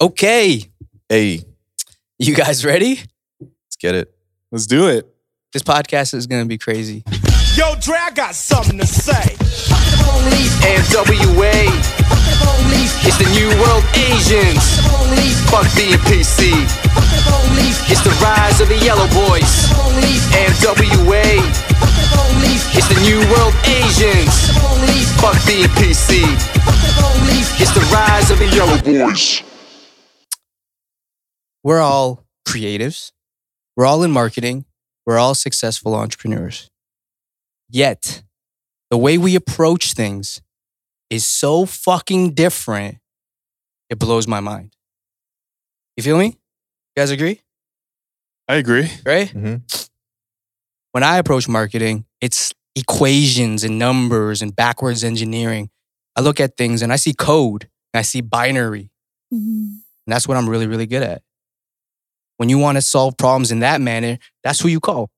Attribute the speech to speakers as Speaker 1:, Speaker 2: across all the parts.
Speaker 1: okay,
Speaker 2: Hey, let's
Speaker 1: you guys ready?
Speaker 2: get it.
Speaker 3: Let's do it.
Speaker 1: This podcast is gonna be crazy.
Speaker 4: Yo, Drag got something to say.
Speaker 5: NWA. It's the new world Asians. Fuck being PC. It's the rise of the yellow boys. NWA. It's the new world Asians. Fuck being PC. It's the rise of the yellow boys.
Speaker 1: We're all creatives. We're all in marketing. We're all successful entrepreneurs. Yet, the way we approach things is so fucking different. It blows my mind. You feel me? You guys agree?
Speaker 3: I agree.
Speaker 1: right?
Speaker 2: Mhm.
Speaker 1: When I approach marketing, it's equations and numbers and backwards engineering. I look at things and I see code and I see binary. And that's what I'm really, really good at. When you want to solve problems in that manner, that's who you call.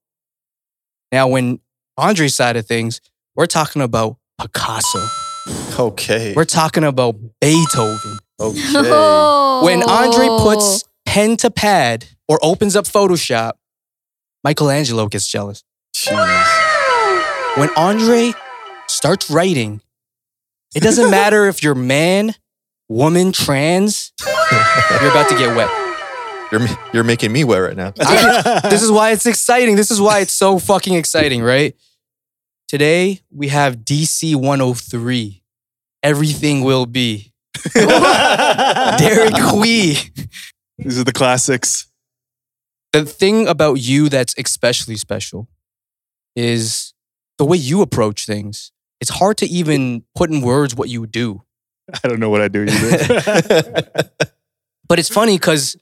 Speaker 1: Now, when Andre's side of things, we're talking about Picasso.
Speaker 2: Okay.
Speaker 1: We're talking about Beethoven.
Speaker 2: okay.
Speaker 6: Oh.
Speaker 1: When Andre puts pen to pad or opens up Photoshop, Michelangelo gets jealous.
Speaker 2: Jeez.
Speaker 1: when Andre starts writing, it doesn't matter if you're man, woman, trans, you're about to get wet.
Speaker 2: You're, ma- you're making me wet right now.
Speaker 1: I- this is why it's exciting. This is why it's so fucking exciting, right? Today we have DC 103. Everything will be. Derek Wee.
Speaker 3: These are the classics.
Speaker 1: the thing about you that's especially special is the way you approach things. It's hard to even put in words what you do.
Speaker 3: I don't know what I do either.
Speaker 1: But it's funny because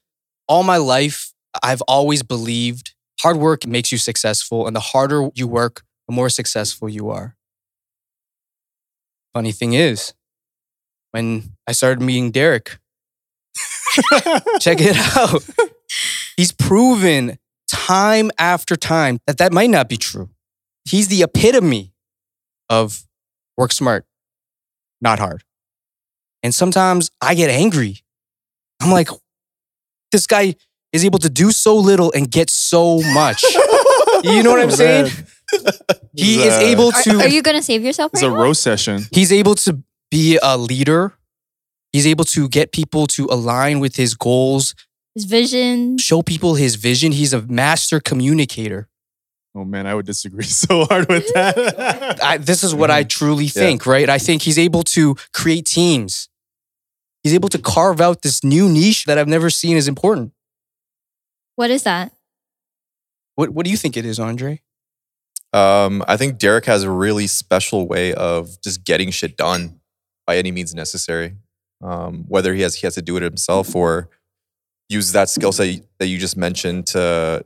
Speaker 1: all my life, I've always believed hard work makes you successful. And the harder you work, the more successful you are. Funny thing is, when I started meeting Derek, check it out. He's proven time after time that that might not be true. He's the epitome of work smart, not hard. And sometimes I get angry I'm like, this guy is able to do so little and get so much. you know what I'm saying? He is
Speaker 3: Uh,
Speaker 1: able
Speaker 6: Are,
Speaker 1: to.
Speaker 6: are you gonna save yourself
Speaker 3: It's
Speaker 6: right
Speaker 3: a
Speaker 6: now?
Speaker 3: roast session.
Speaker 1: he's able to be a leader. He's able to get people to align with his goals,
Speaker 6: His vision.
Speaker 1: show people his vision. He's a master communicator.
Speaker 3: Oh man, I would disagree so hard with that.
Speaker 1: I, this is what I truly
Speaker 2: Yeah.
Speaker 1: think, right? I think he's able to create teams. He's able to carve out this new niche that I've never seen as important.
Speaker 6: What is that?
Speaker 1: What, what do you think it is, Andre?
Speaker 2: Um, I think Derek has a really special way of just getting shit done by any means necessary. Um, whether he has he has to do it himself or use that skill set that you just mentioned to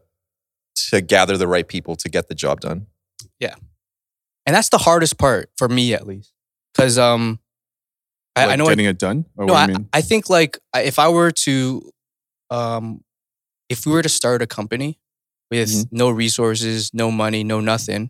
Speaker 2: to gather the right people to get the job done.
Speaker 1: And that's the hardest part for me, at least, because um, I, I
Speaker 3: Like
Speaker 1: know I,
Speaker 3: getting it done. Or
Speaker 1: no,
Speaker 3: what
Speaker 1: I,
Speaker 3: do you mean?
Speaker 1: I think like I- if I were to, um, if we were to start a company with
Speaker 3: Mhm.
Speaker 1: no resources, no money, no nothing,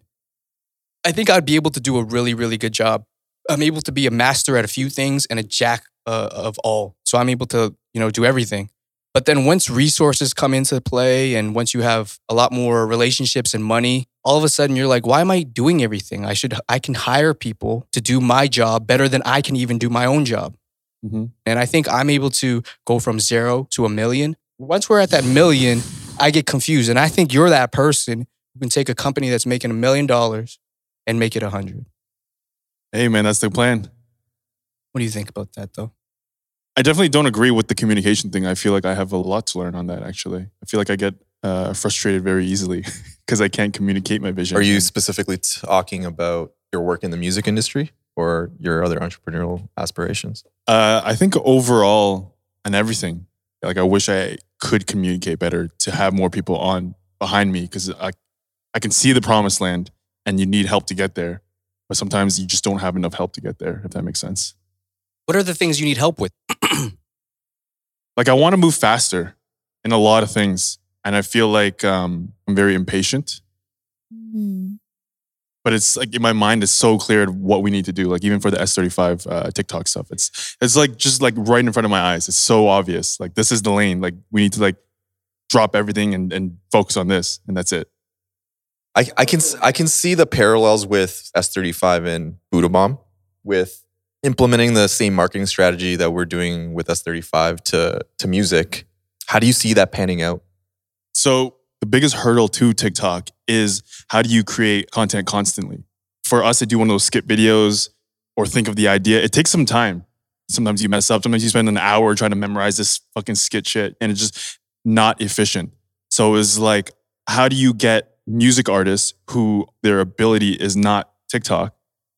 Speaker 1: I think I'd be able to do a really, really good job. I'm able to be a master at a few things and a jack uh, of all, so I'm able to you know do everything. But then once resources come into play and once you have a lot more relationships and money, all of a sudden you're like, why am I doing everything? I should I can hire people to do my job better than I can even do my own job.
Speaker 3: Mhm.
Speaker 1: And I think I'm able to go from zero to a million. Once we're at that million, I get confused. And I think you're that person who can take a company that's making a million dollars and make it a hundred.
Speaker 3: hey man, that's the plan.
Speaker 1: What do you think about that though?
Speaker 3: I definitely don't agree with the communication thing. I feel like I have a lot to learn on that. Actually, I feel like I get uh, frustrated very easily because I can't communicate my vision.
Speaker 2: Are you specifically talking about your work in the music industry or your other entrepreneurial aspirations?
Speaker 3: Uh, I think overall and everything, like I wish I could communicate better to have more people on behind me because I, I can see the promised land and you need help to get there, but sometimes you just don't have enough help to get there. If that makes sense.
Speaker 1: What are the things you need help with?
Speaker 3: Like I want to move faster in a lot of
Speaker 1: Uh,
Speaker 3: things, and I feel like um, I'm very impatient.
Speaker 6: Hmm.
Speaker 3: But it's like in my mind, it's so clear what we need to do. Like even for the S35 uh, TikTok stuff, it's it's like just like right in front of my eyes. It's so obvious. Like this is the lane. Like we need to like drop everything and, and focus on this, and that's it.
Speaker 2: I, I can s- I can see the parallels with S35 and Buddha Bomb with implementing the same marketing strategy that we're doing with S35 to to music. How do you see that panning out?
Speaker 3: So the biggest hurdle to TikTok is how do you create content constantly? For us to do one of those skip videos or think of the idea, it takes some time. Sometimes you mess up. Sometimes you spend an hour trying to memorize this fucking skit shit, and it's just not efficient. So it's like, how do you get music artists who their ability is not TikTok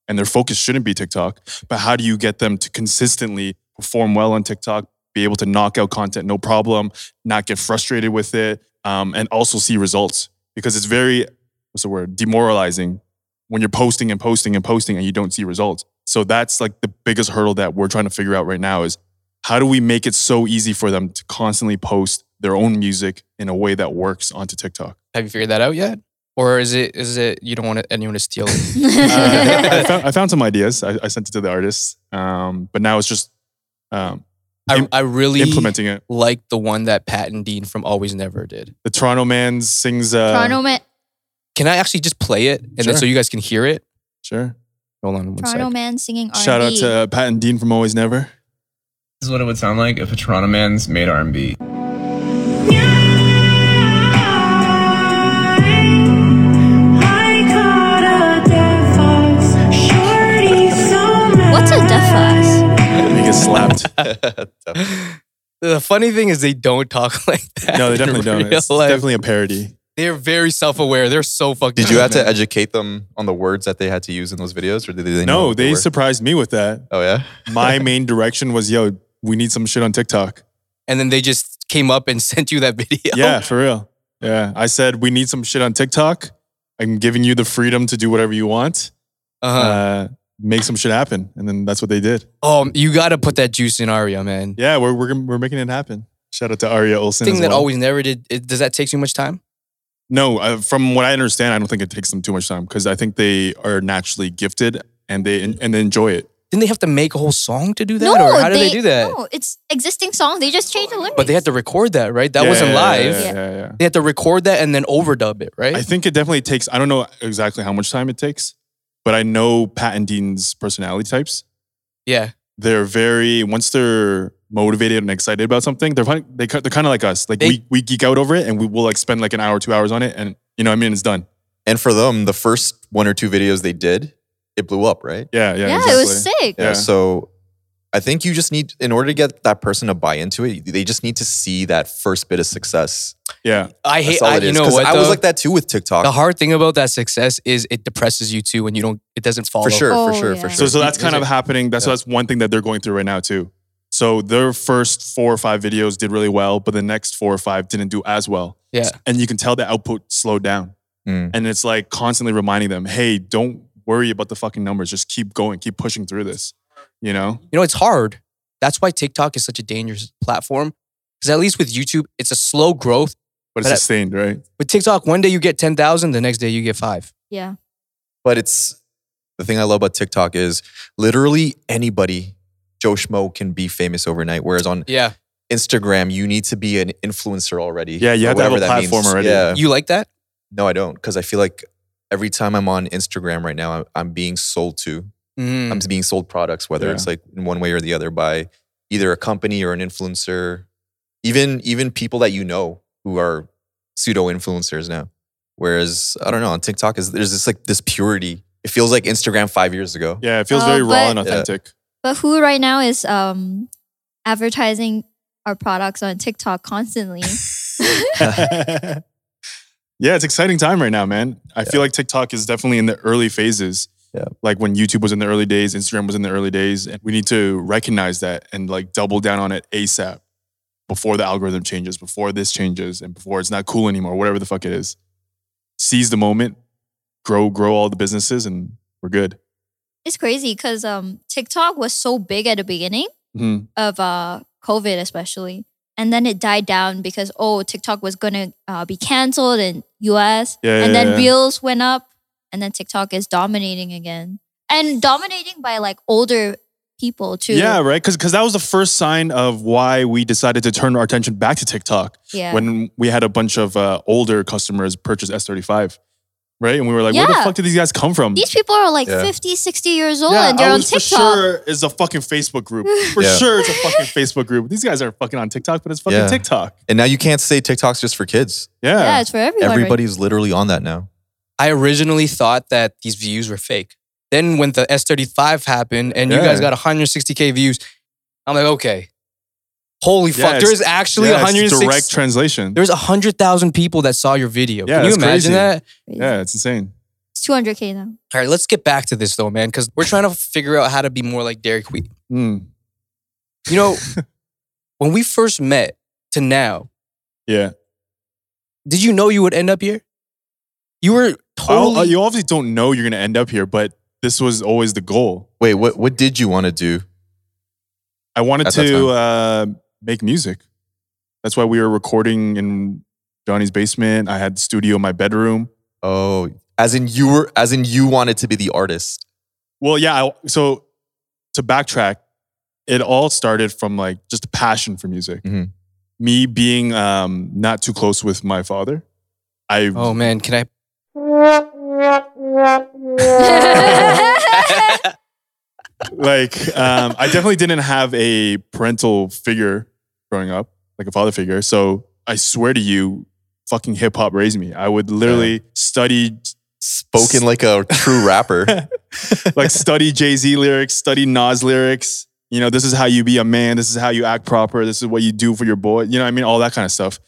Speaker 3: and their focus shouldn't be TikTok, but how do you get them to consistently perform well on TikTok, be able to knock out content no problem, not get frustrated with it, um, and also see results because it's very what's the word demoralizing when you're posting and posting and posting and you don't see results. So that's like the biggest hurdle that we're trying to figure out right now is how do we make it so easy for them to constantly post their own music in a way that works onto TikTok?
Speaker 1: Have you figured that out yet? Or is it is it you don't want anyone to steal it?
Speaker 3: Uh, I, found, I found some ideas. I, I sent it to the artists, um, but now it's just um,
Speaker 1: I,
Speaker 3: Im-
Speaker 1: I really
Speaker 3: implementing it.
Speaker 1: like the one that Pat and Dean from Always Never did.
Speaker 3: The Toronto man sings. Uh,
Speaker 6: Toronto Man,
Speaker 1: Can I actually just play it and then
Speaker 3: Sure.
Speaker 1: so you guys can hear it?
Speaker 3: Sure.
Speaker 1: Hold on one second.
Speaker 6: Toronto Man singing R&B.
Speaker 3: Shout out to uh, Pat and Dean from Always Never.
Speaker 7: This is what it would sound like if a Toronto man's made R&B.
Speaker 6: What's
Speaker 8: What's
Speaker 6: a deaf fox?
Speaker 3: They get slapped.
Speaker 1: The funny thing is they don't talk like that.
Speaker 3: No, they
Speaker 1: in
Speaker 3: definitely don't.
Speaker 1: real
Speaker 3: It's
Speaker 1: life.
Speaker 3: definitely a parody.
Speaker 1: They're very self-aware. They're so fucking.
Speaker 2: Did you have to
Speaker 1: man.
Speaker 2: educate them on the words that they had to use in those videos, or did they? know
Speaker 3: No,
Speaker 2: what
Speaker 3: they
Speaker 2: were?
Speaker 3: surprised me with that.
Speaker 2: oh yeah.
Speaker 3: My main direction was, yo, we need some shit on TikTok.
Speaker 1: And then they just came up and sent you that video.
Speaker 3: Yeah, for real. Yeah, I said we need some shit on TikTok. I'm giving you the freedom to do whatever you want.
Speaker 1: Uh-huh.
Speaker 3: Uh, make some shit happen, and then that's what they did.
Speaker 1: oh, you got to put that juice in Aria, man.
Speaker 3: Yeah, we're we're, we're making it happen. Shout out to Aria Olsen.
Speaker 1: Thing
Speaker 3: as
Speaker 1: that
Speaker 3: well.
Speaker 1: always never did. It, does that take too much time?
Speaker 3: No, uh, from what I understand, I don't think it takes them too much time because I think they are naturally gifted and they and they enjoy it.
Speaker 1: Didn't they have to make a whole song to do that,
Speaker 6: no,
Speaker 1: or how do they do that?
Speaker 6: No, it's existing song. They just changed the lyrics.
Speaker 1: But they had to record that, right? That
Speaker 3: Yeah,
Speaker 1: wasn't
Speaker 3: yeah,
Speaker 1: live.
Speaker 3: Yeah, yeah, yeah, yeah.
Speaker 1: They had to record that and then overdub it, right?
Speaker 3: I think it definitely takes. I don't know exactly how much time it takes, but I know Pat and Dean's personality types.
Speaker 1: yeah.
Speaker 3: They're very once they're motivated and excited about something, they're fin- they ki- they're kind of like us. Like
Speaker 1: They-
Speaker 3: we we geek out over it, and we will like spend like an hour, two hours on it, and you know what I mean it's done.
Speaker 2: And for them, the first one or two videos they did, it blew up, right?
Speaker 3: Yeah, yeah,
Speaker 6: yeah,
Speaker 3: exactly.
Speaker 6: it was sick.
Speaker 2: Yeah.
Speaker 3: Yeah.
Speaker 2: So I think you just need, in order to get that person to buy into it, they just need to see that first bit of success.
Speaker 3: yeah.
Speaker 1: I
Speaker 2: That's
Speaker 1: hate.
Speaker 2: all
Speaker 1: I,
Speaker 2: it
Speaker 1: you
Speaker 2: is.
Speaker 1: know
Speaker 2: 'Cause
Speaker 1: what?
Speaker 2: I was
Speaker 1: though?
Speaker 2: like that too with TikTok.
Speaker 1: The hard thing about that success is it depresses you too when you don't. It doesn't follow.
Speaker 2: for sure, for
Speaker 6: Oh,
Speaker 2: sure,
Speaker 6: yeah.
Speaker 2: for
Speaker 3: So,
Speaker 2: sure.
Speaker 3: so that's
Speaker 1: Is
Speaker 3: kind of
Speaker 1: it-
Speaker 3: happening. That's
Speaker 1: Yeah.
Speaker 3: that's one thing that they're going through right now too. So their first four or five videos did really well, but the next four or five didn't do as well.
Speaker 1: Yeah.
Speaker 3: and you can tell the output slowed down.
Speaker 2: Mm.
Speaker 3: And it's like constantly reminding them, hey, don't worry about the fucking numbers. Just keep going, keep pushing through this. You know?
Speaker 1: You know, it's hard. That's why TikTok is such a dangerous platform. Because at least with YouTube, it's a slow growth.
Speaker 3: But it's
Speaker 1: But I-
Speaker 3: sustained, right?
Speaker 1: With TikTok, one day you get ten thousand, the next day you get five.
Speaker 6: Yeah.
Speaker 2: But it's the thing I love about TikTok is literally anybody, Joe Schmo, can be famous overnight. Whereas on
Speaker 1: Yeah,
Speaker 2: Instagram, you need to be an influencer already.
Speaker 3: Yeah, you
Speaker 2: or
Speaker 3: have to have a
Speaker 2: whatever that
Speaker 3: platform
Speaker 2: means.
Speaker 3: already.
Speaker 2: Yeah.
Speaker 1: you like that?
Speaker 2: No, I don't. Because I feel like every time I'm on Instagram right now, I'm, I'm being sold to.
Speaker 1: Mm.
Speaker 2: I'm being sold products, whether
Speaker 3: Yeah.
Speaker 2: it's like in one way or the other by either a company or an influencer, even even people that you know who are pseudo influencers now. Whereas I don't know on TikTok is there's this like this purity. It feels like Instagram five years ago.
Speaker 3: Yeah, it feels
Speaker 6: Oh,
Speaker 3: very raw
Speaker 6: but-
Speaker 3: and
Speaker 2: Yeah.
Speaker 3: authentic.
Speaker 6: But who right now is um advertising our products on TikTok constantly?
Speaker 3: Yeah, it's exciting time right now, man. I feel like TikTok is definitely in the early phases.
Speaker 2: Yeah.
Speaker 3: Like when YouTube was in the early days, Instagram was in the early days, and we need to recognize that and like double down on it ASAP before the algorithm changes, before this changes, and before it's not cool anymore, whatever the fuck it is. Seize the moment, grow, grow all the businesses, and we're good.
Speaker 6: it's crazy because um TikTok was so big at the beginning
Speaker 3: Mhm.
Speaker 6: of uh COVID especially. And then it died down because oh TikTok was gonna uh, be canceled in US.
Speaker 3: Yeah,
Speaker 6: and
Speaker 3: yeah,
Speaker 6: then
Speaker 3: yeah.
Speaker 6: Reels went up. and then TikTok is dominating again and dominating by like older people too.
Speaker 3: Yeah, right. Because that was the first sign of why we decided to turn our attention back to TikTok
Speaker 6: yeah.
Speaker 3: when we had a bunch of uh, older customers purchase S35, right? And we were like, where the
Speaker 6: Yeah.
Speaker 3: fuck did these guys come from?
Speaker 6: These people are like
Speaker 2: Yeah.
Speaker 6: fifty, sixty 50, 60 years old and
Speaker 3: I
Speaker 6: they're on
Speaker 3: was
Speaker 6: TikTok.
Speaker 3: for sure is a fucking Facebook group. For
Speaker 2: Yeah.
Speaker 3: sure, it's a fucking Facebook group. These guys are fucking on TikTok, but it's fucking
Speaker 2: Yeah.
Speaker 3: TikTok.
Speaker 2: And now you can't say TikTok's just for kids.
Speaker 3: Yeah.
Speaker 6: Yeah, it's for everyone. right?
Speaker 2: Everybody's literally on that now.
Speaker 1: I originally thought that these views were fake. Then when the S35 happened and you
Speaker 3: Yeah.
Speaker 1: guys got 160k views, I'm like, okay, holy
Speaker 3: Yeah,
Speaker 1: fuck,
Speaker 3: it's-
Speaker 1: there's actually
Speaker 3: yeah, it's
Speaker 1: 106.
Speaker 3: direct translation.
Speaker 1: there's 100,000 people that saw your video.
Speaker 3: Yeah,
Speaker 1: Can you
Speaker 3: that's
Speaker 1: imagine
Speaker 3: crazy.
Speaker 1: that?
Speaker 3: Yeah, it's insane.
Speaker 6: It's 200K now.
Speaker 1: All right, let's get back to this though, man, because we're trying to figure out how to be more like Dairy Queen.
Speaker 3: Mm.
Speaker 1: You know, when we first met to now,
Speaker 3: Yeah.
Speaker 1: did you know you would end up here? You were
Speaker 3: Well,
Speaker 1: totally.
Speaker 3: uh, you obviously don't know you're going to end up here, but this was always the goal.
Speaker 2: Wait, what what did you want to do?
Speaker 3: I wanted
Speaker 2: At that
Speaker 3: to uh, make music. That's why we were recording in Johnny's basement. I had the studio in my bedroom.
Speaker 2: Oh, as in you were as in you wanted to be the artist.
Speaker 3: Well, yeah. I, so to backtrack, it all started from like just a passion for music.
Speaker 2: Mhm.
Speaker 3: Me being um, not too close with my father. I
Speaker 1: oh man, can I?
Speaker 3: like um, I definitely didn't have a parental figure growing up, like a father figure. So I swear to you, fucking hip hop raised me. I would literally study
Speaker 2: Spoken like a true rapper.
Speaker 3: like study Jay Z lyrics, study Nas lyrics. You know, this is how you be a man. This is how you act proper. This is what you do for your boy. You know, what I mean, all that kind of stuff.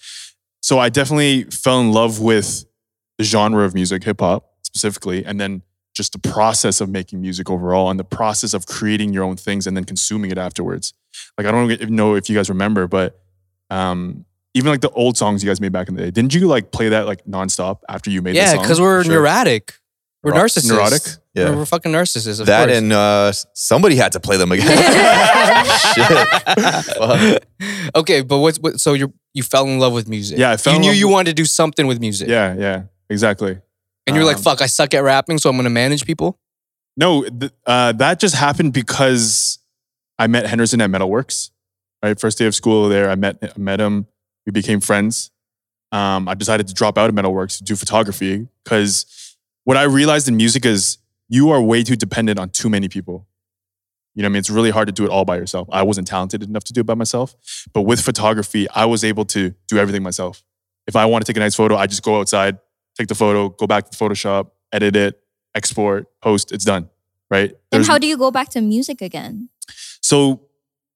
Speaker 3: So I definitely fell in love with the genre of music, hip hop specifically, and then just the process of making music overall and the process of creating your own things and then consuming it afterwards. Like I don't get- know if you guys remember, but um, even like the old songs you guys made back in the day, didn't you like play that like nonstop after you made? the
Speaker 1: Yeah,
Speaker 3: song?
Speaker 1: because we're
Speaker 3: Sure.
Speaker 1: neurotic. We're
Speaker 2: Neurotic.
Speaker 1: narcissists.
Speaker 3: Neurotic?
Speaker 2: Yeah.
Speaker 1: We're, we're fucking narcissists. Of
Speaker 2: that
Speaker 1: course.
Speaker 2: and uh somebody had to play them again. Shit. Fuck.
Speaker 1: okay, but what's what? So you you fell in love with music.
Speaker 3: Yeah, I fell
Speaker 1: you
Speaker 3: in
Speaker 1: knew
Speaker 3: love
Speaker 1: you
Speaker 3: with-
Speaker 1: wanted to do something with music.
Speaker 3: Yeah, yeah, exactly.
Speaker 1: and you were like,
Speaker 3: Um,
Speaker 1: "Fuck, I suck at rapping, so I'm gonna manage people."
Speaker 3: No, th- uh, that just happened because I met Henderson at Metalworks. Right, first day of school there, I met I met him. We became friends. Um, I decided to drop out of Metalworks to do photography because what I realized in music is you are way too dependent on too many people. You know, what I mean, it's really hard to do it all by yourself. I wasn't talented enough to do it by myself, but with photography, I was able to do everything myself. If I want to take a nice photo, I just go outside, take the photo, go back to Photoshop, edit it, export, post, it's done. Right?
Speaker 6: and
Speaker 3: There's-
Speaker 6: how do you go back to music again?
Speaker 3: so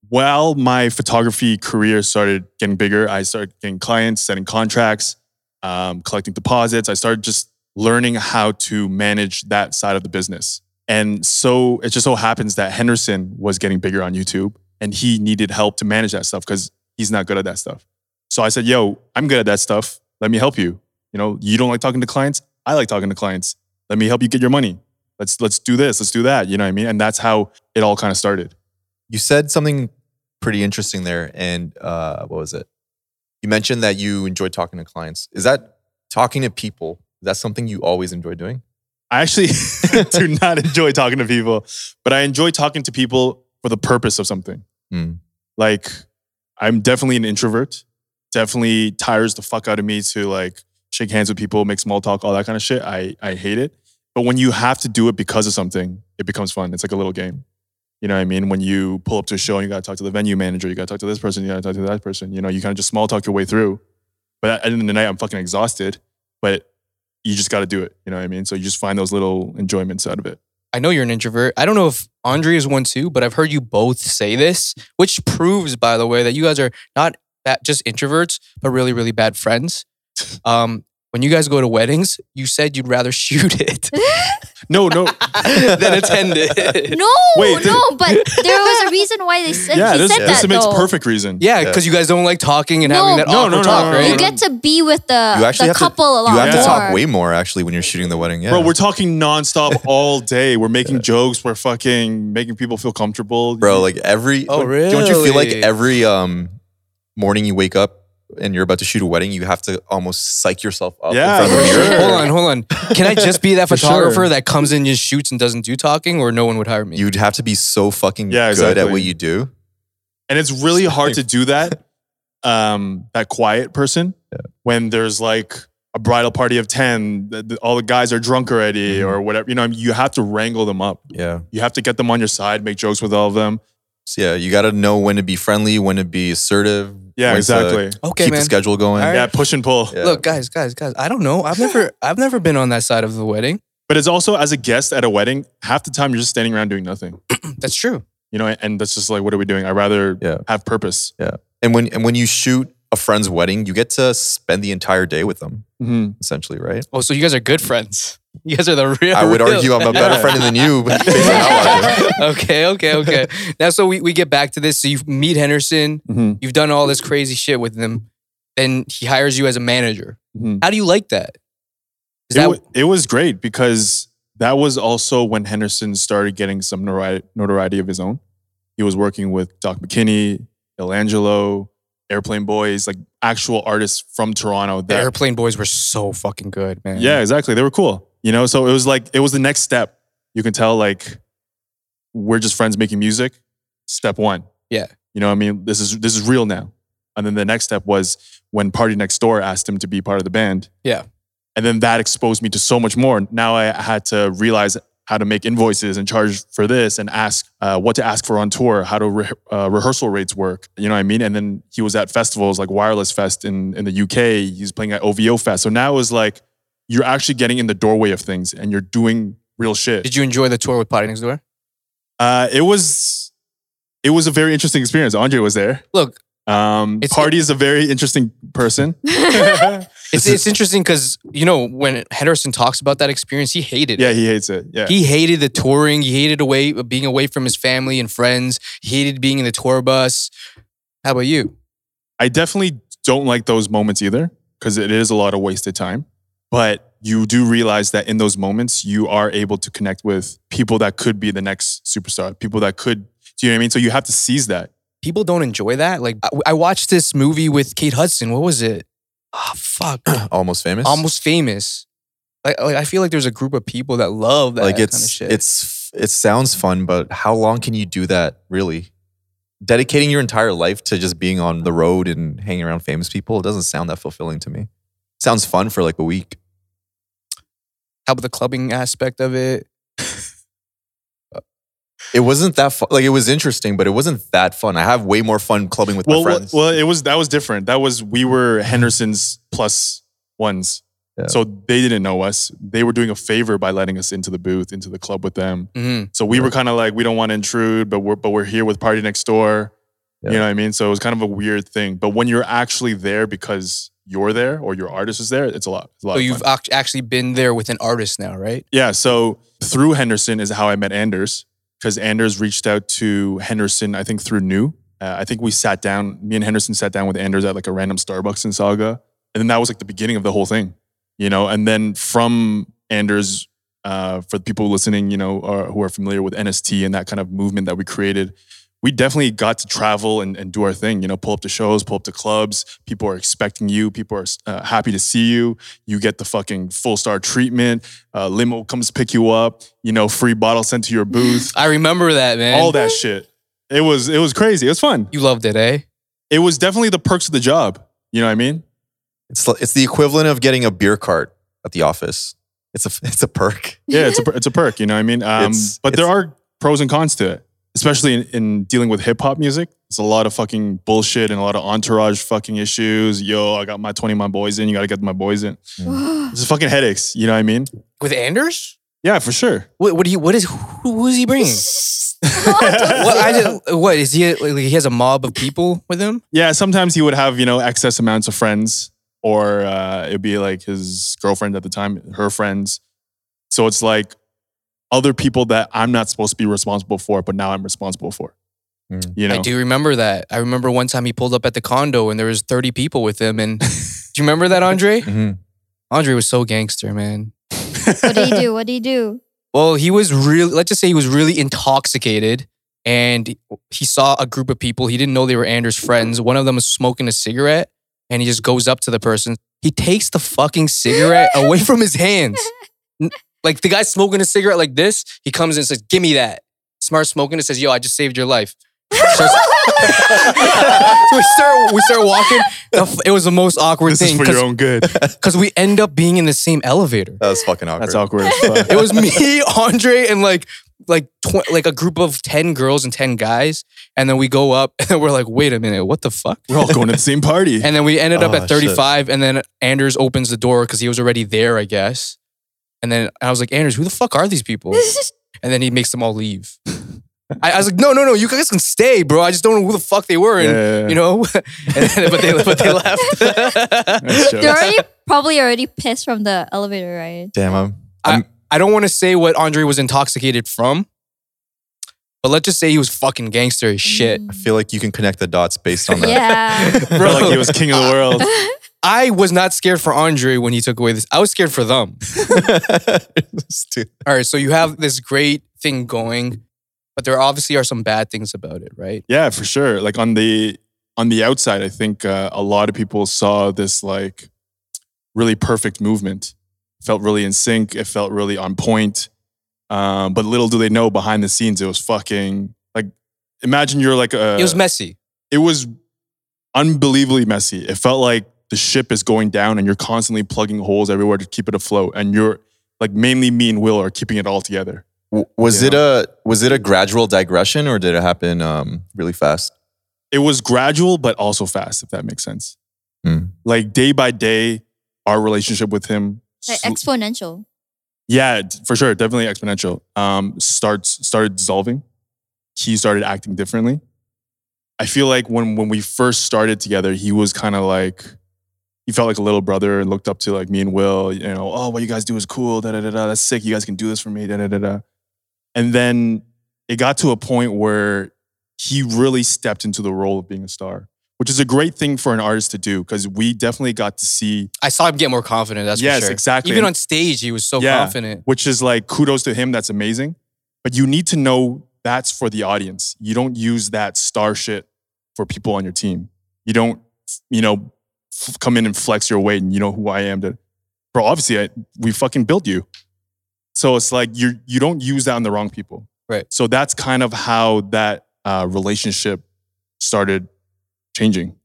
Speaker 3: while my photography career started getting bigger, I started getting clients, setting contracts, um, collecting deposits. I started just learning how to manage that side of the business. And so it just so happens that Henderson was getting bigger on YouTube and he needed help to manage that stuff because he's not good at that stuff. So I said, Yo, I'm good at that stuff. Let me help you. You know, you don't like talking to clients. I like talking to clients. Let me help you get your money. Let's let's do this. Let's do that. You know what I mean? And that's how it all kind of started.
Speaker 2: you said something pretty interesting there and uh what was it you mentioned that you enjoy talking to clients is that talking to people is that something you always enjoy doing
Speaker 3: I actually do not enjoy talking to people, but I enjoy talking to people for the purpose of something.
Speaker 2: Hmm.
Speaker 3: Like, I'm definitely an introvert. Definitely tires the fuck out of me to like shake hands with people, make small talk, all that kind of shit. I, I hate it. But when you have to do it because of something, it becomes fun. It's like a little game. You know what I mean? When you pull up to a show and you got to talk to the venue manager, you got to talk to this person, you got to talk to that person, you know, you kind of just small talk your way through. But at the end of the night, I'm fucking exhausted. But you just got to do it. You know what I mean? So you just find those little enjoyments out of it.
Speaker 1: I know you're an introvert. I don't know if Andre is one too, but I've heard you both say this, which proves, by the way, that you guys are not that just introverts, but really, really bad friends. Um, when you guys go to weddings, you said you'd rather shoot it
Speaker 3: No, no.
Speaker 1: than attend it.
Speaker 6: No,
Speaker 3: Wait, this-
Speaker 6: no, but there was a reason why they said
Speaker 3: yeah,
Speaker 6: he
Speaker 3: this,
Speaker 6: said
Speaker 3: this
Speaker 6: that
Speaker 3: makes
Speaker 6: though.
Speaker 3: perfect reason.
Speaker 1: Yeah, because you guys don't like talking and
Speaker 6: No,
Speaker 1: having that
Speaker 3: No,
Speaker 1: awkward
Speaker 3: no, no,
Speaker 1: talk,
Speaker 3: no, no,
Speaker 1: right?
Speaker 6: You get to be with the,
Speaker 2: you actually
Speaker 6: the
Speaker 2: have
Speaker 6: couple
Speaker 2: to
Speaker 6: a lot
Speaker 2: you have
Speaker 6: more.
Speaker 2: to talk way more actually when you're shooting the wedding yeah
Speaker 3: Bro, we're talking nonstop all day. We're making jokes. We're fucking making people feel comfortable.
Speaker 2: Bro, like every
Speaker 1: Oh,
Speaker 2: don't you feel like
Speaker 1: really?
Speaker 2: every um morning you wake up and you're about to shoot a wedding, you have to almost psych yourself up
Speaker 3: Yeah,
Speaker 2: in front of
Speaker 3: for
Speaker 2: the mirror.
Speaker 3: sure.
Speaker 1: Hold on, hold on. Can I just be that
Speaker 3: For
Speaker 1: photographer
Speaker 3: sure.
Speaker 1: that comes in, just shoots, and doesn't do talking, or no one would hire me?
Speaker 2: You'd have to be so fucking
Speaker 3: Yeah,
Speaker 2: good at
Speaker 3: exactly.
Speaker 2: what you do.
Speaker 3: And it's really hard to do that, um, that quiet person, when there's like a bridal party of 10, th- th- all the guys are drunk already
Speaker 2: Mm-hmm.
Speaker 3: or whatever. You know, you have to wrangle them up.
Speaker 2: Yeah.
Speaker 3: You have to get them on your side, make jokes with all of them.
Speaker 2: So yeah, you got to know when to be friendly, when to be assertive.
Speaker 3: Yeah,
Speaker 2: when to
Speaker 3: exactly.
Speaker 1: okay,
Speaker 2: keep
Speaker 1: man.
Speaker 2: the schedule going.
Speaker 1: All right.
Speaker 3: Yeah, push and pull.
Speaker 2: Yeah.
Speaker 1: Look, guys, guys, guys. I don't know. I've never, I've never been on that side of the wedding.
Speaker 3: But it's also as a guest at a wedding, half the time you're just standing around doing nothing.
Speaker 1: That's true.
Speaker 3: You know, and that's just like, what are we doing? I'd rather
Speaker 2: Yeah.
Speaker 3: have purpose.
Speaker 2: And when and when you shoot a friend's wedding, you get to spend the entire day with them,
Speaker 1: Mm-hmm.
Speaker 3: Mhm.
Speaker 2: essentially, right?
Speaker 1: Oh, so you guys are good friends. You guys are the real.
Speaker 2: I would
Speaker 1: real-
Speaker 2: argue I'm a better
Speaker 3: Yeah.
Speaker 2: friend than you, but based on how I do.
Speaker 1: okay, okay, okay. Now, so we, we get back to this. So you meet Henderson.
Speaker 3: Mhm.
Speaker 1: You've done all this crazy shit with him. Then he hires you as a manager.
Speaker 3: Mhm.
Speaker 1: How do you like that? Is
Speaker 3: it,
Speaker 1: that
Speaker 3: wa- it was great because that was also when Henderson started getting some nori- notoriety of his own. He was working with Doc McKinney, Il Angelo, Airplane Boys, like actual artists from Toronto.
Speaker 1: the
Speaker 3: That
Speaker 1: airplane boys were so fucking good, man?
Speaker 3: yeah, exactly. They were cool. You know, so it was like it was the next step. You can tell like we're just friends making music. Step one.
Speaker 1: Yeah.
Speaker 3: You know, what I mean, this is this is real now. And then the next step was when Party Next Door asked him to be part of the band.
Speaker 1: Yeah.
Speaker 3: And then that exposed me to so much more. Now I had to realize how to make invoices and charge for this and ask uh, what to ask for on tour, how to re- uh, rehearsal rates work. You know what I mean? And then he was at festivals like Wireless Fest in, in the UK. He's playing at OVO Fest. So now it was like you're actually getting in the doorway of things and you're doing real shit.
Speaker 1: Did you enjoy the tour with Potty Next Door?
Speaker 3: Uh, it was it was a very interesting experience. Andre was there.
Speaker 1: Look,
Speaker 3: Um,
Speaker 1: It's-
Speaker 3: Party is a very interesting person.
Speaker 6: yeah.
Speaker 1: it's it's interesting because you know when Henderson talks about that experience, he hated.
Speaker 3: Yeah,
Speaker 1: it.
Speaker 3: he hates it. Yeah.
Speaker 1: He hated the touring. He hated away being away from his family and friends. He hated being in the tour bus. How about you?
Speaker 3: I definitely don't like those moments either because it is a lot of wasted time. But you do realize that in those moments, you are able to connect with people that could be the next superstar, people that could, do you know what I mean? So you have to seize that.
Speaker 1: People don't enjoy that. Like I, I watched this movie with Kate Hudson. What was it? Ah, fuck.
Speaker 2: Almost famous.
Speaker 1: Almost famous. Like, like, I feel like there's a group of people that love that
Speaker 2: like
Speaker 1: kind of
Speaker 2: it's
Speaker 1: shit.
Speaker 2: it's it sounds fun, but how long can you do that really? Dedicating your entire life to just being on the road and hanging around famous people, it doesn't sound that fulfilling to me. Sounds fun for like a week.
Speaker 1: how about the clubbing aspect of it?
Speaker 2: It wasn't that fun. Like it was interesting, but it wasn't that fun. I have way more fun clubbing with
Speaker 3: Well,
Speaker 2: my
Speaker 3: well,
Speaker 2: friends.
Speaker 3: well, it was, that was different. That was, we were Henderson's plus ones.
Speaker 2: Yeah.
Speaker 3: So they didn't know us. They were doing a favor by letting us into the booth, into the club with them.
Speaker 1: Mhm.
Speaker 3: So we were kind of like, we don't want to intrude, but we're but we're here with Party Next Door.
Speaker 2: Yeah.
Speaker 3: You know what I mean? So it was kind of a weird thing. But when you're actually there because you're there or your artist is there, it's a lot. It's a lot
Speaker 1: So
Speaker 3: of
Speaker 1: you've
Speaker 3: fun.
Speaker 1: act- actually been there with an artist now, right?
Speaker 3: yeah. So through Henderson is how I met Anders because Anders reached out to Henderson, I think through New. Uh, I think we sat down, me and Henderson sat down with Anders at like a random Starbucks in Saga. And then that was like the beginning of the whole thing, you know? And then from Anders, uh, for the people listening, you know, or who are familiar with NST and that kind of movement that we created, we definitely got to travel and, and do our thing, you know, pull up to shows, pull up to clubs. People are expecting you. People are uh, happy to see you. You get the fucking full star treatment. Uh, limo comes pick you up, you know, free bottle sent to your booth,
Speaker 1: I remember that, man.
Speaker 3: all that shit. It was, it was crazy. It was fun.
Speaker 1: You loved it, eh?
Speaker 3: It was definitely the perks of the job. You know what I mean?
Speaker 2: it's it's the equivalent of getting a beer cart at the office. It's a it's a perk.
Speaker 3: Yeah, it's a, per- it's a perk. You know what I mean? Um,
Speaker 2: It's-
Speaker 3: but there
Speaker 2: it's-
Speaker 3: are pros and cons to it, especially in, in dealing with hip hop music. It's a lot of fucking bullshit and a lot of entourage fucking issues. Yo, I got my 20 of my boys in. You got to get my boys in. It's fucking headaches. You know what I mean?
Speaker 1: With Anders?
Speaker 3: Yeah, for sure.
Speaker 1: What? What do you? What is? Who, who is he bringing? what? I just, what is he? Like, he has a mob of people with him.
Speaker 3: Yeah, sometimes he would have, you know, excess amounts of friends, or uh, it'd be like his girlfriend at the time, her friends. So it's like other people that I'm not supposed to be responsible for, but now I'm responsible for.
Speaker 2: Mm.
Speaker 3: You know?
Speaker 1: I do remember that. I remember one time he pulled up at the condo and there was thirty people with him. And do you remember that, Andre?
Speaker 2: Mhm.
Speaker 1: Andre was so gangster, man.
Speaker 6: what do you do? What do you do?
Speaker 1: Well, he was really, let's just say he was really intoxicated and he saw a group of people. He didn't know they were Anders' friends. One of them was smoking a cigarette and he just goes up to the person. He takes the fucking cigarette away from his hands. N- Like the guy smoking a cigarette like this, he comes in and says, "Give me that." Smart smoking and says, "Yo, I just saved your life." So- so we start we start walking. The f- It was the most awkward
Speaker 3: This
Speaker 1: thing
Speaker 3: is for your
Speaker 1: because
Speaker 3: own good.
Speaker 1: we end up being in the same elevator.
Speaker 2: That was fucking awkward.
Speaker 3: That's awkward. as fuck.
Speaker 1: It was me, Andre, and like like tw- like a group of ten girls and ten guys, and then we go up and we're like, "Wait a minute, what the fuck?"
Speaker 3: We're all Ah, going to the same party.
Speaker 1: And then we ended up
Speaker 2: Oh,
Speaker 1: at 35, and then Anders opens the door because he was already there, I guess. And then I was like, Anders, who the fuck are these people? and then he makes them all leave. I, I was like, no, no, no, you guys can stay, bro. I just don't know who the fuck they were, and
Speaker 3: Yeah.
Speaker 1: you know, and then, but they but they left.
Speaker 3: That's jokes.
Speaker 6: They're already probably already pissed from the elevator, right?
Speaker 2: Damn, I'm.
Speaker 1: I,
Speaker 2: I'm-
Speaker 1: I don't want to say what Andre was intoxicated from, but let's just say he was fucking gangster as shit.
Speaker 2: I feel like you can connect the dots based on that.
Speaker 6: Yeah.
Speaker 3: Bro, like he was king of the world.
Speaker 1: I was not scared for Andre when he took away this. I was scared for them.
Speaker 2: It's too-
Speaker 1: All right, so you have this great thing going, but there obviously are some bad things about it, right?
Speaker 3: Yeah, for sure. Like on the on the outside, I think uh, a lot of people saw this like really perfect movement. Felt really in sync. It felt really on point. Um, but little do they know behind the scenes, it was fucking like. Imagine you're like a.
Speaker 1: it was messy.
Speaker 3: it was unbelievably messy. It felt like the ship is going down and you're constantly plugging holes everywhere to keep it afloat. And you're like mainly me and Will are keeping it all together.
Speaker 2: W- was it a was it a gradual digression or did it happen um, really fast?
Speaker 3: It was gradual, but also fast, if that makes sense.
Speaker 2: Hmm.
Speaker 3: Like day by day, our relationship with him.
Speaker 6: Like
Speaker 3: sl-
Speaker 6: exponential.
Speaker 3: yeah, d- for sure. Definitely exponential. Um, starts started dissolving. He started acting differently. I feel like when when we first started together, he was kind of like he felt like a little brother and looked up to like me and Will. You know, oh, what you guys do is cool. Da da da da. That's sick. You guys can do this for me. Da da da da. And then it got to a point where he really stepped into the role of being a star, which is a great thing for an artist to do because we definitely got to see
Speaker 1: I saw him get more confident. That's
Speaker 3: yes,
Speaker 1: for sure.
Speaker 3: exactly.
Speaker 1: Even
Speaker 3: And-
Speaker 1: on stage, he was so
Speaker 3: Yeah.
Speaker 1: confident.
Speaker 3: which is like kudos to him. That's amazing. But you need to know that's for the audience. You don't use that star shit for people on your team. You don't, you know, f- come in and flex your weight and you know who I am. To, bro, obviously, I, we fucking built you. So it's like you you don't use that on the wrong people.
Speaker 1: Right.
Speaker 3: So that's kind of how that uh, relationship started changing.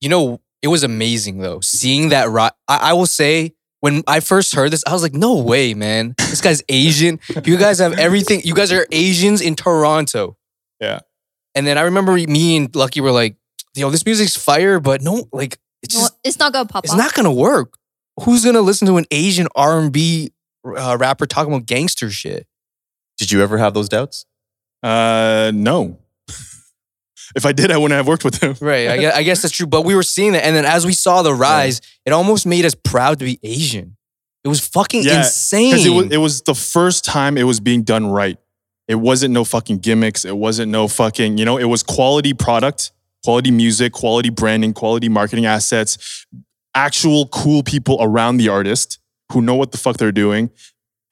Speaker 1: You know, it was amazing though seeing that. Ri- I, I will say. When I first heard this, I was like, "No way, man! This guy's Asian. You guys have everything. You guys are Asians in Toronto."
Speaker 3: Yeah.
Speaker 1: And then I remember me and Lucky were like, "Yo, this music's fire, but no, like, it's
Speaker 6: No,
Speaker 1: just
Speaker 6: it's not gonna pop
Speaker 1: it's
Speaker 6: up.
Speaker 1: not gonna work. Who's gonna listen to an Asian R and B uh, rapper talking about gangster shit?
Speaker 2: Did you ever have those doubts?
Speaker 3: Uh, no. if I did, I wouldn't have worked with him.
Speaker 1: Right. I guess, I guess that's true. But we were seeing that, and then as we saw the rise, it almost made us proud to be Asian. It was fucking
Speaker 3: Yeah, 'cause
Speaker 1: insane.
Speaker 3: Because it was, it was the first time it was being done right. It wasn't no fucking gimmicks. It wasn't no fucking, you know, it was quality product, quality music, quality branding, quality marketing assets, actual cool people around the artist who know what the fuck they're doing,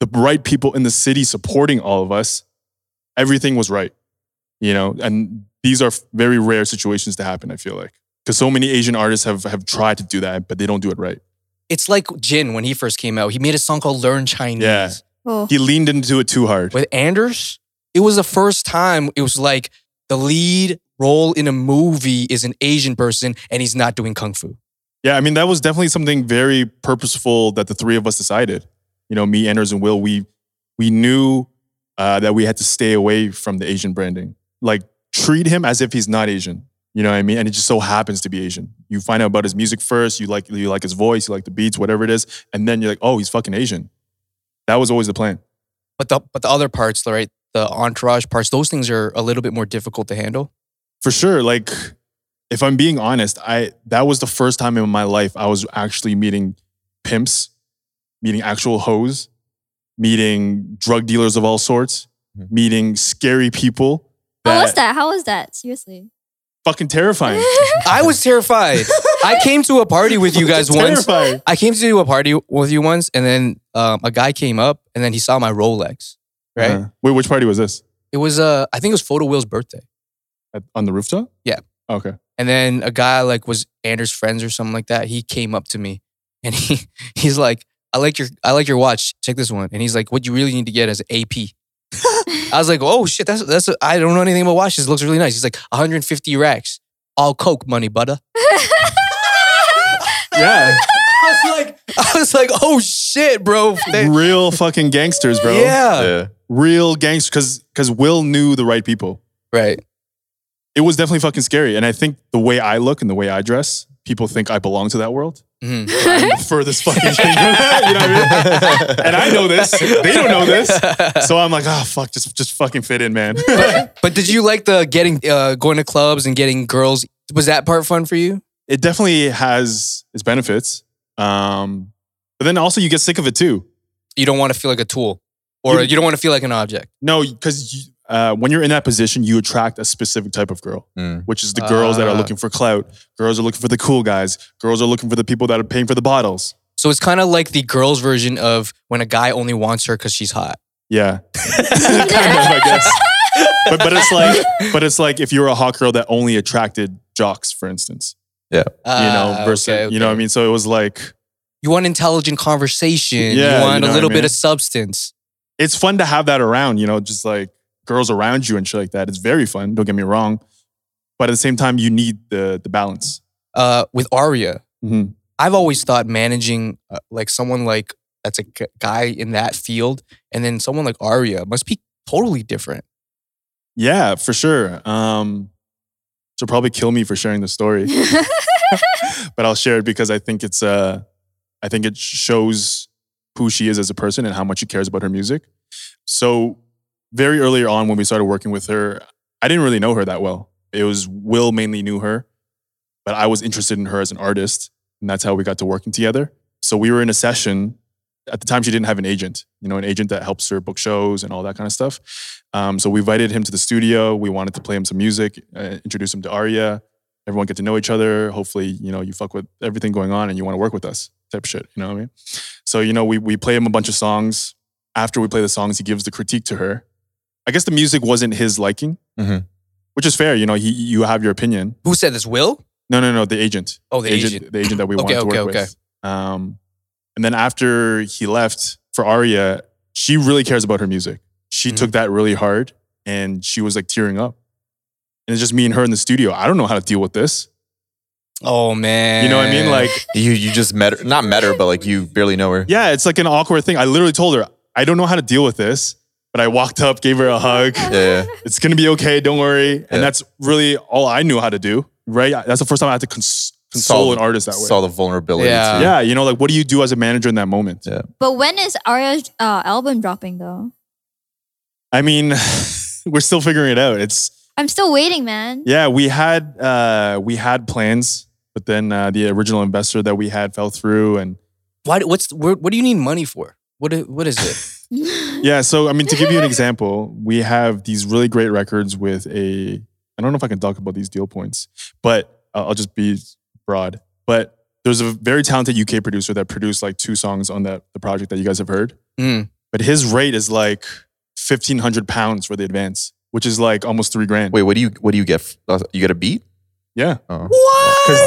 Speaker 3: the right people in the city supporting all of us. Everything was right, you know, and these are very rare situations to happen, I feel like. Because so many Asian artists have, have tried to do that, but they don't do it right.
Speaker 1: It's like Jin when he first came out. He made a song called "Learn Chinese."
Speaker 3: Yeah.
Speaker 6: Oh.
Speaker 3: He leaned into it too hard.
Speaker 1: With Anders, it was the first time it was like the lead role in a movie is an Asian person, and he's not doing kung fu.
Speaker 3: Yeah, I mean, that was definitely something very purposeful that the three of us decided. You know, me, Anders, and Will, we we knew uh, that we had to stay away from the Asian branding. Like, treat him as if he's not Asian. You know what I mean? And it just so happens to be Asian. You find out about his music first. You like you like his voice. You like the beats, whatever it is, and then you're like, oh, he's fucking Asian. That was always the plan.
Speaker 1: But the but the other parts, right? The entourage parts, those things are a little bit more difficult to handle.
Speaker 3: for sure like if i'm being honest i that was the first time in my life i was actually meeting pimps meeting actual hoes meeting drug dealers of all sorts
Speaker 1: Mm-hmm.
Speaker 2: Mhm.
Speaker 3: meeting scary people
Speaker 6: How was that? How was that? Seriously.
Speaker 3: fucking terrifying
Speaker 1: I was terrified. I came to a party with you guys once.
Speaker 3: terrifying
Speaker 1: I came to a party with you once, and then um, a guy came up, and then he saw my Rolex. Right?
Speaker 3: Uh, wait which party was this
Speaker 1: It was uh, I think it was Photo Will's birthday,
Speaker 3: At, on the rooftop
Speaker 1: Yeah.
Speaker 3: okay
Speaker 1: And then a guy like was Anders' friends or something like that. He came up to me and he he's like, I like your I like your watch. Check this one. And he's like, what you really need to get is AP. I was like, oh shit, that's that's I I don't know anything about watches. It looks really nice. He's like 150 racks. All coke money, butter.
Speaker 3: Yeah.
Speaker 1: I was like, I was like, oh shit, bro. Thank-
Speaker 3: Real fucking gangsters, bro.
Speaker 1: Yeah.
Speaker 2: yeah.
Speaker 3: Real gangsters. Cause because Will knew the right people.
Speaker 1: Right.
Speaker 3: It was definitely fucking scary. And I think the way I look and the way I dress, people think I belong to that world.
Speaker 1: Mhm.
Speaker 3: I'm the furthest fucking thing. you know what I mean? And I know this. They don't know this. So I'm like, oh fuck, just just fucking fit in, man.
Speaker 1: But did you like the getting uh, going to clubs and getting girls? Was that part fun for you?
Speaker 3: it definitely has its benefits. Um, but then also you get sick of it too.
Speaker 1: You don't want to feel like a tool, or
Speaker 3: You-
Speaker 1: you don't want to feel like an object.
Speaker 3: No, because you, uh, when you're in that position, you attract a specific type of girl,
Speaker 2: Mm.
Speaker 3: which is the girls that are
Speaker 1: Ah.
Speaker 3: looking for clout. Girls are looking for the cool guys. Girls are looking for the people that are paying for the bottles.
Speaker 1: So it's kind of like the girls' version of when a guy only wants her because she's hot.
Speaker 3: Yeah, kind of, I guess. But, but it's like, but it's like if you were a hot girl that only attracted jocks, for instance, you know,
Speaker 1: Ah,
Speaker 3: versus
Speaker 1: okay, okay.
Speaker 3: you know what I mean. So it was like
Speaker 1: You want intelligent conversation.
Speaker 3: Yeah,
Speaker 1: you want
Speaker 3: you
Speaker 1: a
Speaker 3: know what I
Speaker 1: little
Speaker 3: mean.
Speaker 1: bit of substance.
Speaker 3: it's fun to have that around, you know, just like girls around you and shit like that. It's very fun, don't get me wrong. But at the same time, you need the the balance.
Speaker 1: Uh, with Aria,
Speaker 3: Mhm.
Speaker 1: I've always thought managing uh, like someone like that's a g- guy in that field, and then someone like Aria must be totally different.
Speaker 3: Yeah, for sure. Um, she'll probably kill me for sharing the story, but I'll share it because I think it's uh, I think it shows who she is as a person and how much she cares about her music. So very earlier on when we started working with her, I didn't really know her that well. It was Will mainly knew her, but I was interested in her as an artist, and that's how we got to working together. So we were in a session. At the time, she didn't have an agent, you know, an agent that helps her book shows and all that kind of stuff. Um, so we invited him to the studio. We wanted to play him some music, uh, introduce him to Aria. Everyone get to know each other. Hopefully, you know, you fuck with everything going on and you want to work with us type shit. You know what I mean? So, you know, we, we play him a bunch of songs. After we play the songs, he gives the critique to her. I guess the music wasn't his liking,
Speaker 1: Mm-hmm.
Speaker 2: Mhm.
Speaker 3: which is fair. You know, he, you have your opinion.
Speaker 1: Who said this? Will?
Speaker 3: No, no, no, the agent
Speaker 1: Oh, the agent.
Speaker 3: the agent that we wanted
Speaker 1: Okay,
Speaker 3: to work
Speaker 1: okay, okay.
Speaker 3: with. Um, and then after he left for Aria, she really cares about her music. She
Speaker 1: Mhm.
Speaker 3: took that really hard, and she was like tearing up. And it's just me and her in the studio. I don't know how to deal with this.
Speaker 1: Oh man.
Speaker 3: You know what I mean? Like,
Speaker 2: You you just met her, not met her, but like you barely know her.
Speaker 3: yeah, it's like an awkward thing. I literally told her I don't know how to deal with this, but I walked up, gave her a hug.
Speaker 2: Yeah.
Speaker 3: It's gonna be okay. Don't worry.
Speaker 2: Yeah.
Speaker 3: And that's really all I knew how to do. Right? That's the first time I had to cons- console
Speaker 2: Solve-
Speaker 3: an artist that way.
Speaker 2: Saw the vulnerability.
Speaker 1: Yeah.
Speaker 2: Too.
Speaker 3: Yeah, you know, like what do you do as a manager in that moment?
Speaker 2: Yeah.
Speaker 6: But when is Aria's uh, album dropping though?
Speaker 3: I mean, we're still figuring it out. It's
Speaker 6: I'm still waiting, man.
Speaker 3: yeah, we had uh, we had plans, but then uh, the original investor that we had fell through, and
Speaker 1: Why, what's what, what do you need money for? What i- what is it?
Speaker 3: yeah. So I mean, to give you an example, we have these really great records with a. I don't know if I can talk about these deal points, but uh, I'll just be broad. But there's a very talented UK producer that produced like two songs on that the project that you guys have heard.
Speaker 1: Mm.
Speaker 3: But his rate is like fifteen hundred pounds for the advance, which is like almost three grand.
Speaker 2: Wait, what do you what do you get? Uh, You get a beat?
Speaker 3: Yeah.
Speaker 2: Oh.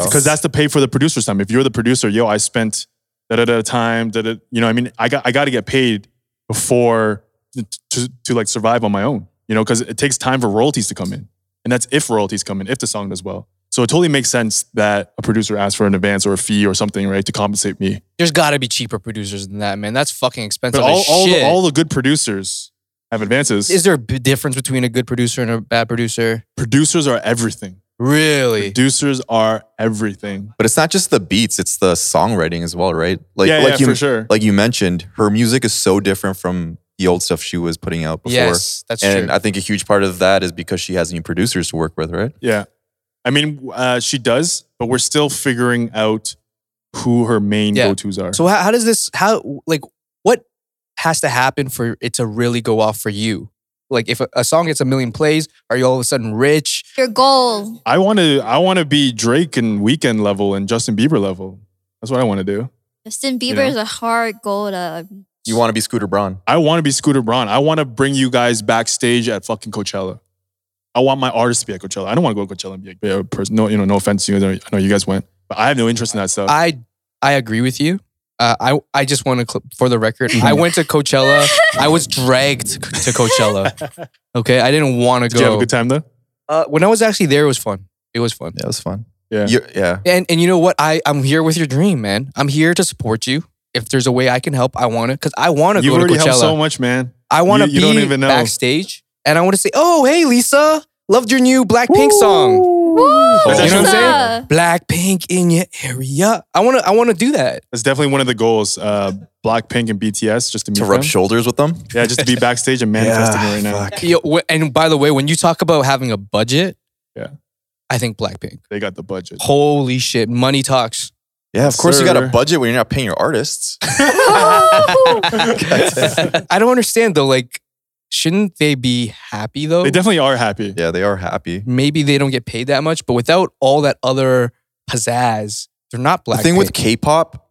Speaker 3: Because that's to pay for the producer's time. If you're the producer, yo, I spent da da da time, da da. You know, what I mean, I got I got to get paid before to, to to like survive on my own. You know, because it takes time for royalties to come in, and that's if royalties come in, if the song does well. So it totally makes sense that a producer asks for an advance or a fee or something, right, to compensate me.
Speaker 1: There's got to be cheaper producers than that, man. That's fucking expensive.
Speaker 3: But all
Speaker 1: as
Speaker 3: all the,
Speaker 1: shit.
Speaker 3: all the good producers have advances.
Speaker 1: Is there a b- difference between a good producer and a bad producer?
Speaker 3: producers are everything.
Speaker 1: Really?
Speaker 3: Producers are everything.
Speaker 2: But it's not just the beats; it's the songwriting as well, right? Like
Speaker 3: yeah,
Speaker 2: like
Speaker 3: yeah,
Speaker 2: you
Speaker 3: for sure.
Speaker 2: like you mentioned, her music is so different from the old stuff she was putting out before.
Speaker 1: Yes, that's
Speaker 2: and
Speaker 1: true.
Speaker 2: I think a huge part of that is because she has new producers to work with, right?
Speaker 3: Yeah. I mean, uh, she does, but we're still figuring out who her main
Speaker 1: Yeah.
Speaker 3: go tos are.
Speaker 1: so how, how does this? How like what has to happen for it to really go off for you? Like if a, a song gets a million plays, are you all of a sudden rich?
Speaker 6: Your goal.
Speaker 3: I want to I want to be Drake and Weekend level and Justin Bieber level. That's what I want to do.
Speaker 6: Justin Bieber
Speaker 3: know?
Speaker 6: is a hard goal to.
Speaker 2: You want to be Scooter Braun?
Speaker 3: I want to be Scooter Braun. I want to bring you guys backstage at fucking Coachella. I want my artists to be at Coachella. I don't want to go to Coachella and be like, yeah, person. No, you know, no offense to you. guys. I know you guys went, but I have no interest in that stuff.
Speaker 1: I I agree with you. Uh, I I just want to cl- for the record.
Speaker 3: Mhm.
Speaker 1: I went to Coachella. I was dragged to Coachella. Okay, I didn't want to
Speaker 3: Did you have a
Speaker 1: go.
Speaker 3: good time though?
Speaker 1: Uh, when I was actually there, it was fun. It was fun.
Speaker 2: Yeah, it was fun.
Speaker 3: Yeah.
Speaker 2: You- yeah.
Speaker 1: And and you know what? I I'm here with your dream, man. I'm here to support you. If there's a way I can help, I want to because I want to
Speaker 3: You've
Speaker 1: go to
Speaker 3: already
Speaker 1: Coachella.
Speaker 3: helped so much, man.
Speaker 1: I want to be
Speaker 3: You- you don't even know.
Speaker 1: backstage and I want to say, "Oh, hey, Lisa, loved your new Blackpink song,
Speaker 3: That's
Speaker 1: You know what I'm
Speaker 3: actually-
Speaker 1: saying? Blackpink in your area." I want to I want to do that.
Speaker 3: That's definitely one of the goals. Uh, Blackpink and BTS, just to meet
Speaker 2: To rub
Speaker 3: them.
Speaker 2: shoulders with them.
Speaker 3: Yeah, just to be backstage and manifesting it right now.
Speaker 1: Yo, wh- and by the way, when you talk about having a budget,
Speaker 3: Yeah.
Speaker 1: I think Blackpink.
Speaker 3: They got the budget.
Speaker 1: Holy shit, money talks.
Speaker 2: Yeah, of course you got
Speaker 3: Sir.
Speaker 2: a budget when you're not paying your artists.
Speaker 1: I don't understand though. Like, shouldn't they be happy though?
Speaker 3: They definitely are happy.
Speaker 2: yeah, they are happy.
Speaker 1: Maybe they don't get paid that much, but without all that other pizzazz, they're not Blackpink.
Speaker 2: the thing with K-pop,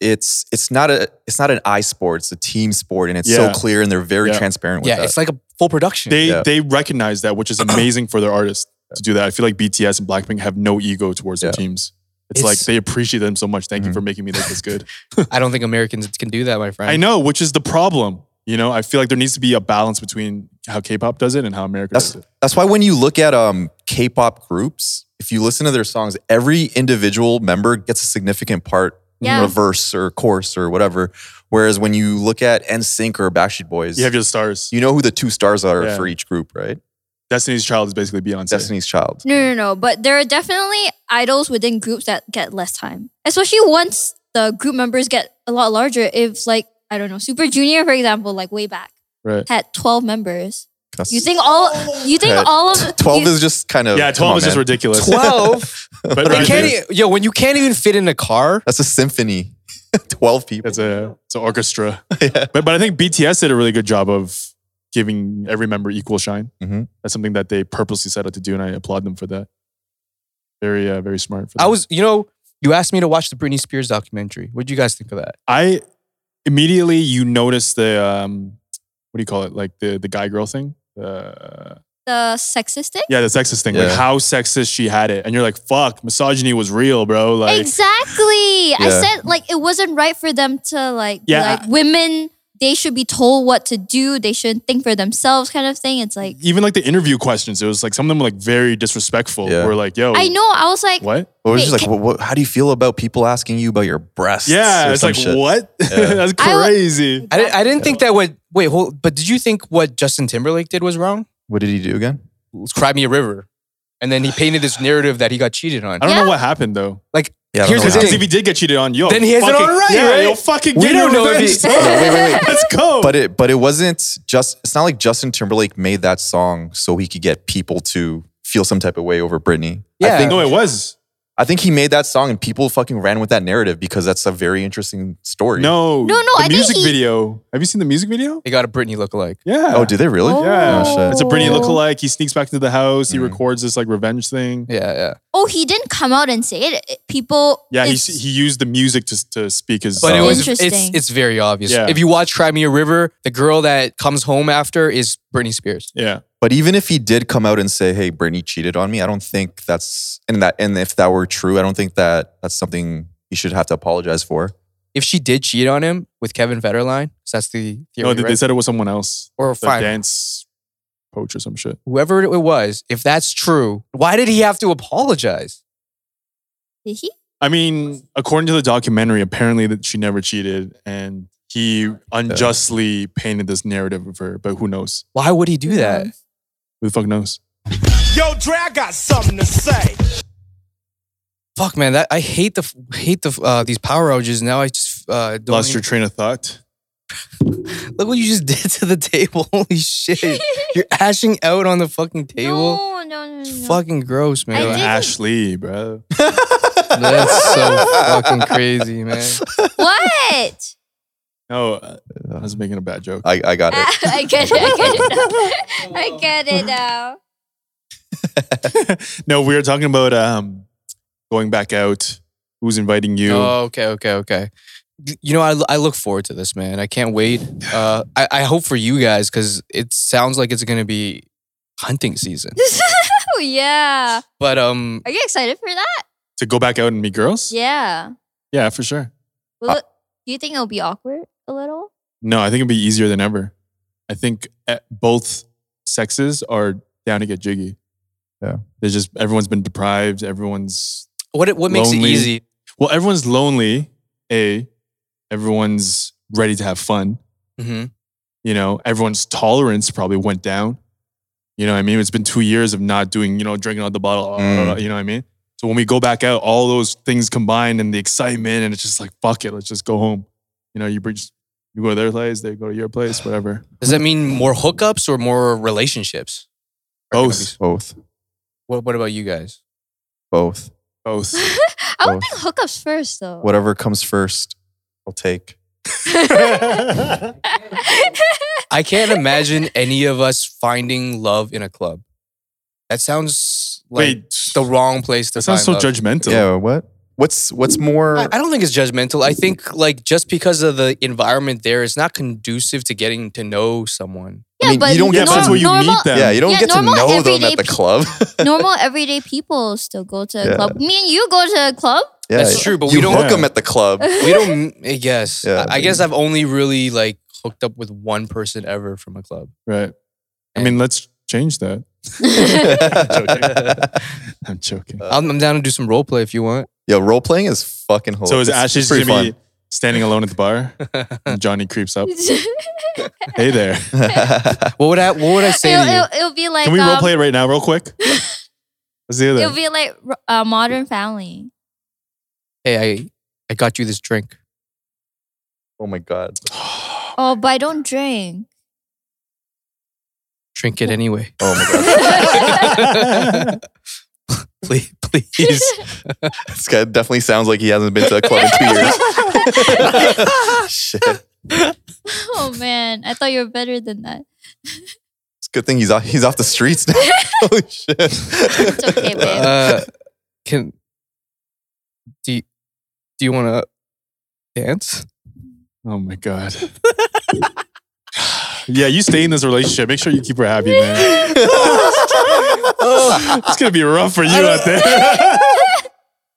Speaker 2: it's it's not a it's not an I sport. It's a team sport, and it's
Speaker 3: Yeah.
Speaker 2: so clear, and they're very
Speaker 3: Yeah.
Speaker 2: transparent with
Speaker 1: yeah,
Speaker 2: that.
Speaker 1: it's like a full production.
Speaker 3: They
Speaker 2: Yeah.
Speaker 3: they recognize that, which is amazing for their artists to do that. I feel like BTS and Blackpink have no ego towards their
Speaker 2: Yeah.
Speaker 3: teams. It's,
Speaker 1: It's-
Speaker 3: like they appreciate them so much. Thank you
Speaker 2: Mhm.
Speaker 3: for making me look this good.
Speaker 1: I don't think Americans can do that, my friend.
Speaker 3: I know, which is the problem. You know, I feel like there needs to be a balance between how K-pop does it and how America
Speaker 2: That's-
Speaker 3: does it.
Speaker 2: That's why when you look at um K-pop groups, if you listen to their songs, every individual member gets a significant part,
Speaker 6: Yeah.
Speaker 2: reverse or chorus or whatever. Whereas when you look at NSYNC or Backstreet Boys,
Speaker 3: You have your stars.
Speaker 2: you know who the two stars are
Speaker 3: Yeah.
Speaker 2: for each group, right?
Speaker 3: Destiny's Child is basically Beyonce.
Speaker 2: Destiny's Child.
Speaker 6: No, no, no. But there are definitely idols within groups that get less time, especially once the group members get a lot larger. If like I don't know, Super Junior, for example, like way back
Speaker 3: Right.
Speaker 6: had twelve members.
Speaker 2: That's-
Speaker 6: You think all? You think
Speaker 2: Yeah,
Speaker 6: all of
Speaker 2: Twelve
Speaker 6: you-
Speaker 2: is just kind of
Speaker 3: Yeah,
Speaker 2: Oh, come
Speaker 3: twelve
Speaker 2: on,
Speaker 3: is just
Speaker 2: man.
Speaker 3: ridiculous.
Speaker 1: Twelve.
Speaker 3: But
Speaker 1: They
Speaker 3: right
Speaker 1: can't
Speaker 3: there,
Speaker 1: e- yo, when you can't even fit in a car,
Speaker 2: That's a symphony. twelve people.
Speaker 3: it's a it's an orchestra. But but I think BTS did a really good job of giving every member equal shine.
Speaker 2: Mhm.
Speaker 3: That's something that they purposely set out to do, and I applaud them for that. Very uh, very smart. For
Speaker 1: I
Speaker 3: them.
Speaker 1: was, you know, you asked me to watch the Britney Spears documentary. What do you guys think of that?
Speaker 3: I immediately you notice the um what do you call it like the the guy girl thing. Uh,
Speaker 6: the sexist thing?
Speaker 3: yeah, the sexist thing. Like
Speaker 2: Yeah.
Speaker 3: how sexist she had it, and you're like, "Fuck, misogyny was real, bro." Like,
Speaker 6: exactly. I
Speaker 2: Yeah.
Speaker 6: said like it wasn't right for them to like be
Speaker 3: Yeah.
Speaker 6: like women. They should be told what to do. They shouldn't think for themselves, kind of thing. It's like
Speaker 3: even like the interview questions, it was like some of them were like very disrespectful.
Speaker 2: Yeah.
Speaker 3: We're like, "Yo,
Speaker 6: I know. I was like,
Speaker 3: Oh. what?"
Speaker 2: Or it's
Speaker 6: Wait,
Speaker 2: just like, what, what, how do you feel about people asking you about your breasts?
Speaker 3: Yeah,
Speaker 2: or
Speaker 3: it's
Speaker 2: some
Speaker 3: like
Speaker 2: shit?
Speaker 3: what?
Speaker 2: Yeah.
Speaker 3: That's
Speaker 6: I wa-
Speaker 3: crazy.
Speaker 1: I didn't, I didn't think that would wait. Hold, but did you think what Justin Timberlake did was wrong?
Speaker 2: What did he do again?
Speaker 1: Cry me a river, and then he painted this narrative that he got cheated on.
Speaker 3: I don't
Speaker 6: Yeah.
Speaker 3: know what happened though.
Speaker 1: Like,
Speaker 2: Yeah, I don't
Speaker 1: here's the
Speaker 2: know what
Speaker 3: Because Oh, if
Speaker 1: thing.
Speaker 3: he did get cheated on, yo,
Speaker 1: Then he has it
Speaker 3: fucking-
Speaker 1: all right,
Speaker 3: Yeah,
Speaker 1: right?
Speaker 3: yo, fucking
Speaker 1: We
Speaker 3: get
Speaker 1: don't
Speaker 3: your
Speaker 1: know if he-
Speaker 3: revenge, son. Let's go.
Speaker 2: But it but it wasn't just it's not like Justin Timberlake made that song so he could get people to feel some type of way over Britney.
Speaker 1: Yeah.
Speaker 2: I think
Speaker 3: no, it was
Speaker 2: I think he made that song and people fucking ran with that narrative because that's a very interesting story.
Speaker 3: no,
Speaker 6: No, no,
Speaker 3: The
Speaker 6: I think
Speaker 3: music
Speaker 6: he-
Speaker 3: video. Have you seen the music video?
Speaker 1: They got a Britney lookalike.
Speaker 3: Yeah.
Speaker 2: Oh, did they really?
Speaker 6: Oh.
Speaker 3: Yeah,
Speaker 2: Oh, shit.
Speaker 3: it's a Britney lookalike. He sneaks back into the house. He
Speaker 1: Mm.
Speaker 2: Mhm.
Speaker 3: records this like revenge thing.
Speaker 1: Yeah, yeah.
Speaker 6: oh, he didn't come out and say it. It- People,
Speaker 3: Yeah, he,
Speaker 6: it's-
Speaker 3: he used the music to, to speak his.
Speaker 1: But it
Speaker 3: song.
Speaker 1: was it's
Speaker 6: Interesting.
Speaker 1: it's very obvious.
Speaker 3: Yeah.
Speaker 1: If you watch Cry Me a River, the girl that comes home after is Britney Spears.
Speaker 3: yeah,
Speaker 2: But even if he did come out and say, "Hey, Britney cheated on me," I don't think that's and that and if that were true, I don't think that that's something he should have to apologize for.
Speaker 1: If she did cheat on him with Kevin Federline, so that's the theory,
Speaker 3: no, they, Oh, they
Speaker 1: right?
Speaker 3: said it was someone else,
Speaker 1: or
Speaker 3: the
Speaker 1: fine,
Speaker 3: dance coach or some shit.
Speaker 1: whoever it was. If that's true, why did he have to apologize?
Speaker 6: did he?
Speaker 3: I mean, according to the documentary, apparently that she never cheated, and he unjustly painted this narrative of her. But who knows?
Speaker 1: Why would he
Speaker 6: Mm-hmm.
Speaker 1: do that?
Speaker 3: Who the fuck knows?
Speaker 4: Yo, Dre, I got something to say.
Speaker 1: Fuck, man, that I hate the hate the uh, these power outages. Now I just uh, don't
Speaker 3: Lost
Speaker 1: even-
Speaker 3: your train of thought.
Speaker 1: Look what you just did to the table. Holy shit. You're ashing out on the fucking table.
Speaker 6: No, no, no, no.
Speaker 1: It's
Speaker 6: no.
Speaker 1: Fucking gross,
Speaker 6: I
Speaker 1: man.
Speaker 6: didn't-
Speaker 3: Ashley, bro.
Speaker 1: That's so fucking crazy, man.
Speaker 6: What?
Speaker 3: No, I I was making a bad joke.
Speaker 2: I, I got it.
Speaker 6: Ah, I get it. I get it. Now. I get it now.
Speaker 3: no, we were talking about um going back out. Who's inviting you?
Speaker 1: Oh, okay, okay, okay. Y- You know, I, I look forward to this, man. I can't wait. Uh, I, I hope for you guys because it sounds like it's going to be hunting season.
Speaker 6: Oh yeah.
Speaker 1: But um,
Speaker 6: Are you excited for that?
Speaker 3: To go back out and meet girls?
Speaker 6: Yeah.
Speaker 3: Yeah, for sure. Uh,
Speaker 6: Will it, do you think it'll be awkward a little?
Speaker 3: No, I think it'd be easier than ever. I think eh, both sexes are down to get jiggy.
Speaker 2: Yeah.
Speaker 3: There's just everyone's been deprived. Everyone's
Speaker 1: what what makes
Speaker 3: Lonely.
Speaker 1: it easy?
Speaker 3: well, everyone's lonely. A, everyone's ready to have fun.
Speaker 1: hmm
Speaker 3: You know, everyone's tolerance probably went down. You know what I mean? It's been two years of not doing, you know, drinking out the bottle. blah, blah, blah, you know what I mean? So when we go back out, all those things combined and the excitement, and it's just like, fuck it, let's just go home. You know, you bring, you go to their place, they go to your place, whatever.
Speaker 1: Does that mean more hookups or more relationships? Or can it
Speaker 3: Both.
Speaker 1: be-
Speaker 2: Both.
Speaker 1: What What about you guys?
Speaker 2: Both.
Speaker 3: Both.
Speaker 6: I
Speaker 3: oh.
Speaker 6: would think hookups first though.
Speaker 2: Whatever comes first, I'll take.
Speaker 1: I can't imagine any of us finding love in a club. That sounds like
Speaker 3: Wait,
Speaker 1: the wrong place to
Speaker 3: that sounds so
Speaker 1: find love.
Speaker 3: judgmental.
Speaker 2: yeah. What? What's What's more?
Speaker 1: Mm, I I don't think it's judgmental. I think like just because of the environment there, it's not conducive to getting to know someone.
Speaker 6: yeah,
Speaker 2: mean,
Speaker 6: but
Speaker 2: you don't
Speaker 3: Yeah,
Speaker 2: get
Speaker 3: but that's
Speaker 6: normal,
Speaker 3: where you
Speaker 6: normal,
Speaker 3: meet them.
Speaker 2: yeah. You don't
Speaker 6: Yeah,
Speaker 2: get to
Speaker 6: normal
Speaker 2: know them
Speaker 6: everyday
Speaker 2: at the
Speaker 6: pe-
Speaker 2: club.
Speaker 6: normal everyday people still go to a
Speaker 2: Yeah.
Speaker 6: club. Me and you go to a club.
Speaker 2: yeah.
Speaker 1: That's true, but
Speaker 2: you
Speaker 1: we don't.
Speaker 2: hook them at the club.
Speaker 1: We don't. I guess.
Speaker 2: Yeah,
Speaker 1: I, I guess I've only really like hooked up with one person ever from a club.
Speaker 3: Right. I mean, let's change that. I'm joking.
Speaker 2: Uh,
Speaker 1: I'm, I'm down to do some role play if you want.
Speaker 2: Yo, role playing is fucking hilarious.
Speaker 3: so is
Speaker 2: It's
Speaker 3: Ashley's
Speaker 2: pretty
Speaker 3: gonna be standing alone at the bar? and Johnny creeps up. Hey there.
Speaker 2: fun.
Speaker 1: What would I? What would I say
Speaker 6: it'll,
Speaker 1: to you?
Speaker 6: it'll, it'll be like
Speaker 3: Can we
Speaker 6: um,
Speaker 3: role play it right now, real quick? Let's do
Speaker 6: It'll
Speaker 3: that.
Speaker 6: be like uh, Modern Family.
Speaker 1: hey, I I got you this drink.
Speaker 2: oh my god.
Speaker 6: Oh, but I don't drink.
Speaker 1: Drink it anyway.
Speaker 2: Oh my god.
Speaker 1: please, please.
Speaker 2: this guy definitely sounds like he hasn't been to a club in two years. Shit.
Speaker 6: Oh man, I thought you were better than that.
Speaker 2: It's a good thing he's off, he's off the streets now. Holy shit. It's
Speaker 6: okay, babe.
Speaker 1: Uh, can do? You, do you want to dance?
Speaker 3: Oh my god. yeah, you stay in this relationship. Make sure you keep her happy, man. it's gonna be rough for you out there.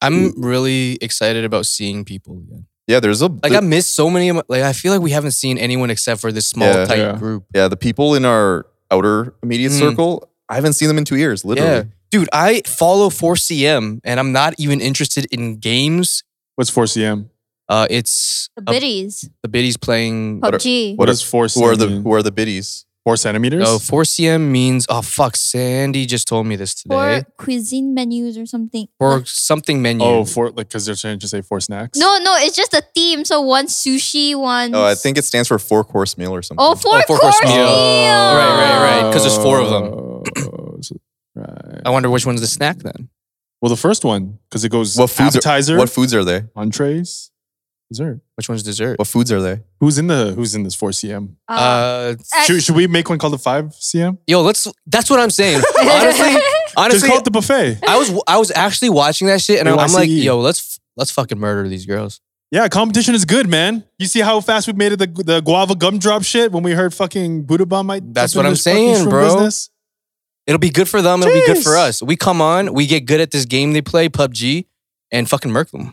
Speaker 1: I'm really excited about seeing people again.
Speaker 2: Yeah, there's a
Speaker 1: Like I miss so many. of my- Like I feel like we haven't seen anyone except for this small
Speaker 2: Yeah.
Speaker 1: tight
Speaker 3: Yeah.
Speaker 1: group.
Speaker 2: yeah, the people in our outer immediate
Speaker 1: Mm.
Speaker 2: circle, I haven't seen them in two years,
Speaker 1: Yeah,
Speaker 2: literally.
Speaker 1: dude. I follow 4CM, and I'm not even interested in games.
Speaker 3: What's 4CM?
Speaker 1: Uh, it's
Speaker 6: The Oh,
Speaker 1: a-
Speaker 6: biddies,
Speaker 1: the biddies playing.
Speaker 2: are-
Speaker 6: PUBG.
Speaker 2: What
Speaker 3: What
Speaker 2: are-
Speaker 3: is 4
Speaker 2: Who are the who are the biddies?
Speaker 3: four centimeters?
Speaker 1: No, 4CM means oh fuck. Sandy just told me this
Speaker 6: Or
Speaker 1: today.
Speaker 6: cuisine menus or something. Uh,
Speaker 1: Or something menu.
Speaker 3: Oh, four like because they're trying to say four snacks.
Speaker 6: No, no, it's just a theme. So one sushi, one.
Speaker 2: Oh, I think it stands for four course meal or something.
Speaker 6: Oh, four,
Speaker 1: four
Speaker 6: course,
Speaker 1: course
Speaker 6: meal.
Speaker 1: meal. Right, right, right. 'cause there's four of them.
Speaker 3: them. Oh, right.
Speaker 1: I wonder which one's the snack then.
Speaker 3: Well, the first one because it goes
Speaker 2: What foods are-
Speaker 3: appetizer,
Speaker 2: What foods are there?
Speaker 3: entrees, dessert.
Speaker 1: Which one's dessert?
Speaker 2: What foods are there?
Speaker 3: Who's in the Who's in this four CM?
Speaker 6: Uh,
Speaker 1: Uh,
Speaker 6: I-
Speaker 3: Should, should we make one called the five CM?
Speaker 1: yo, let's. That's what I'm saying. honestly,
Speaker 3: Just
Speaker 1: honestly,
Speaker 3: call it the buffet.
Speaker 1: I was I was actually watching that shit, and
Speaker 3: Yo, E.
Speaker 1: I'm, I'm like,
Speaker 3: YCE.
Speaker 1: yo, let's let's fucking murder these girls.
Speaker 3: Yeah, competition is good, man. You see how fast we made it the, the guava gumdrop shit when we heard fucking Buddha Bomb might.
Speaker 1: That's
Speaker 3: jump
Speaker 1: what I'm
Speaker 3: in this fucking
Speaker 1: saying,
Speaker 3: shroom
Speaker 1: bro.
Speaker 3: business?
Speaker 1: It'll be good for them. It'll be good for us.
Speaker 3: Jeez.
Speaker 1: We come on, we get good at this game they play, PUBG, and fucking murk them,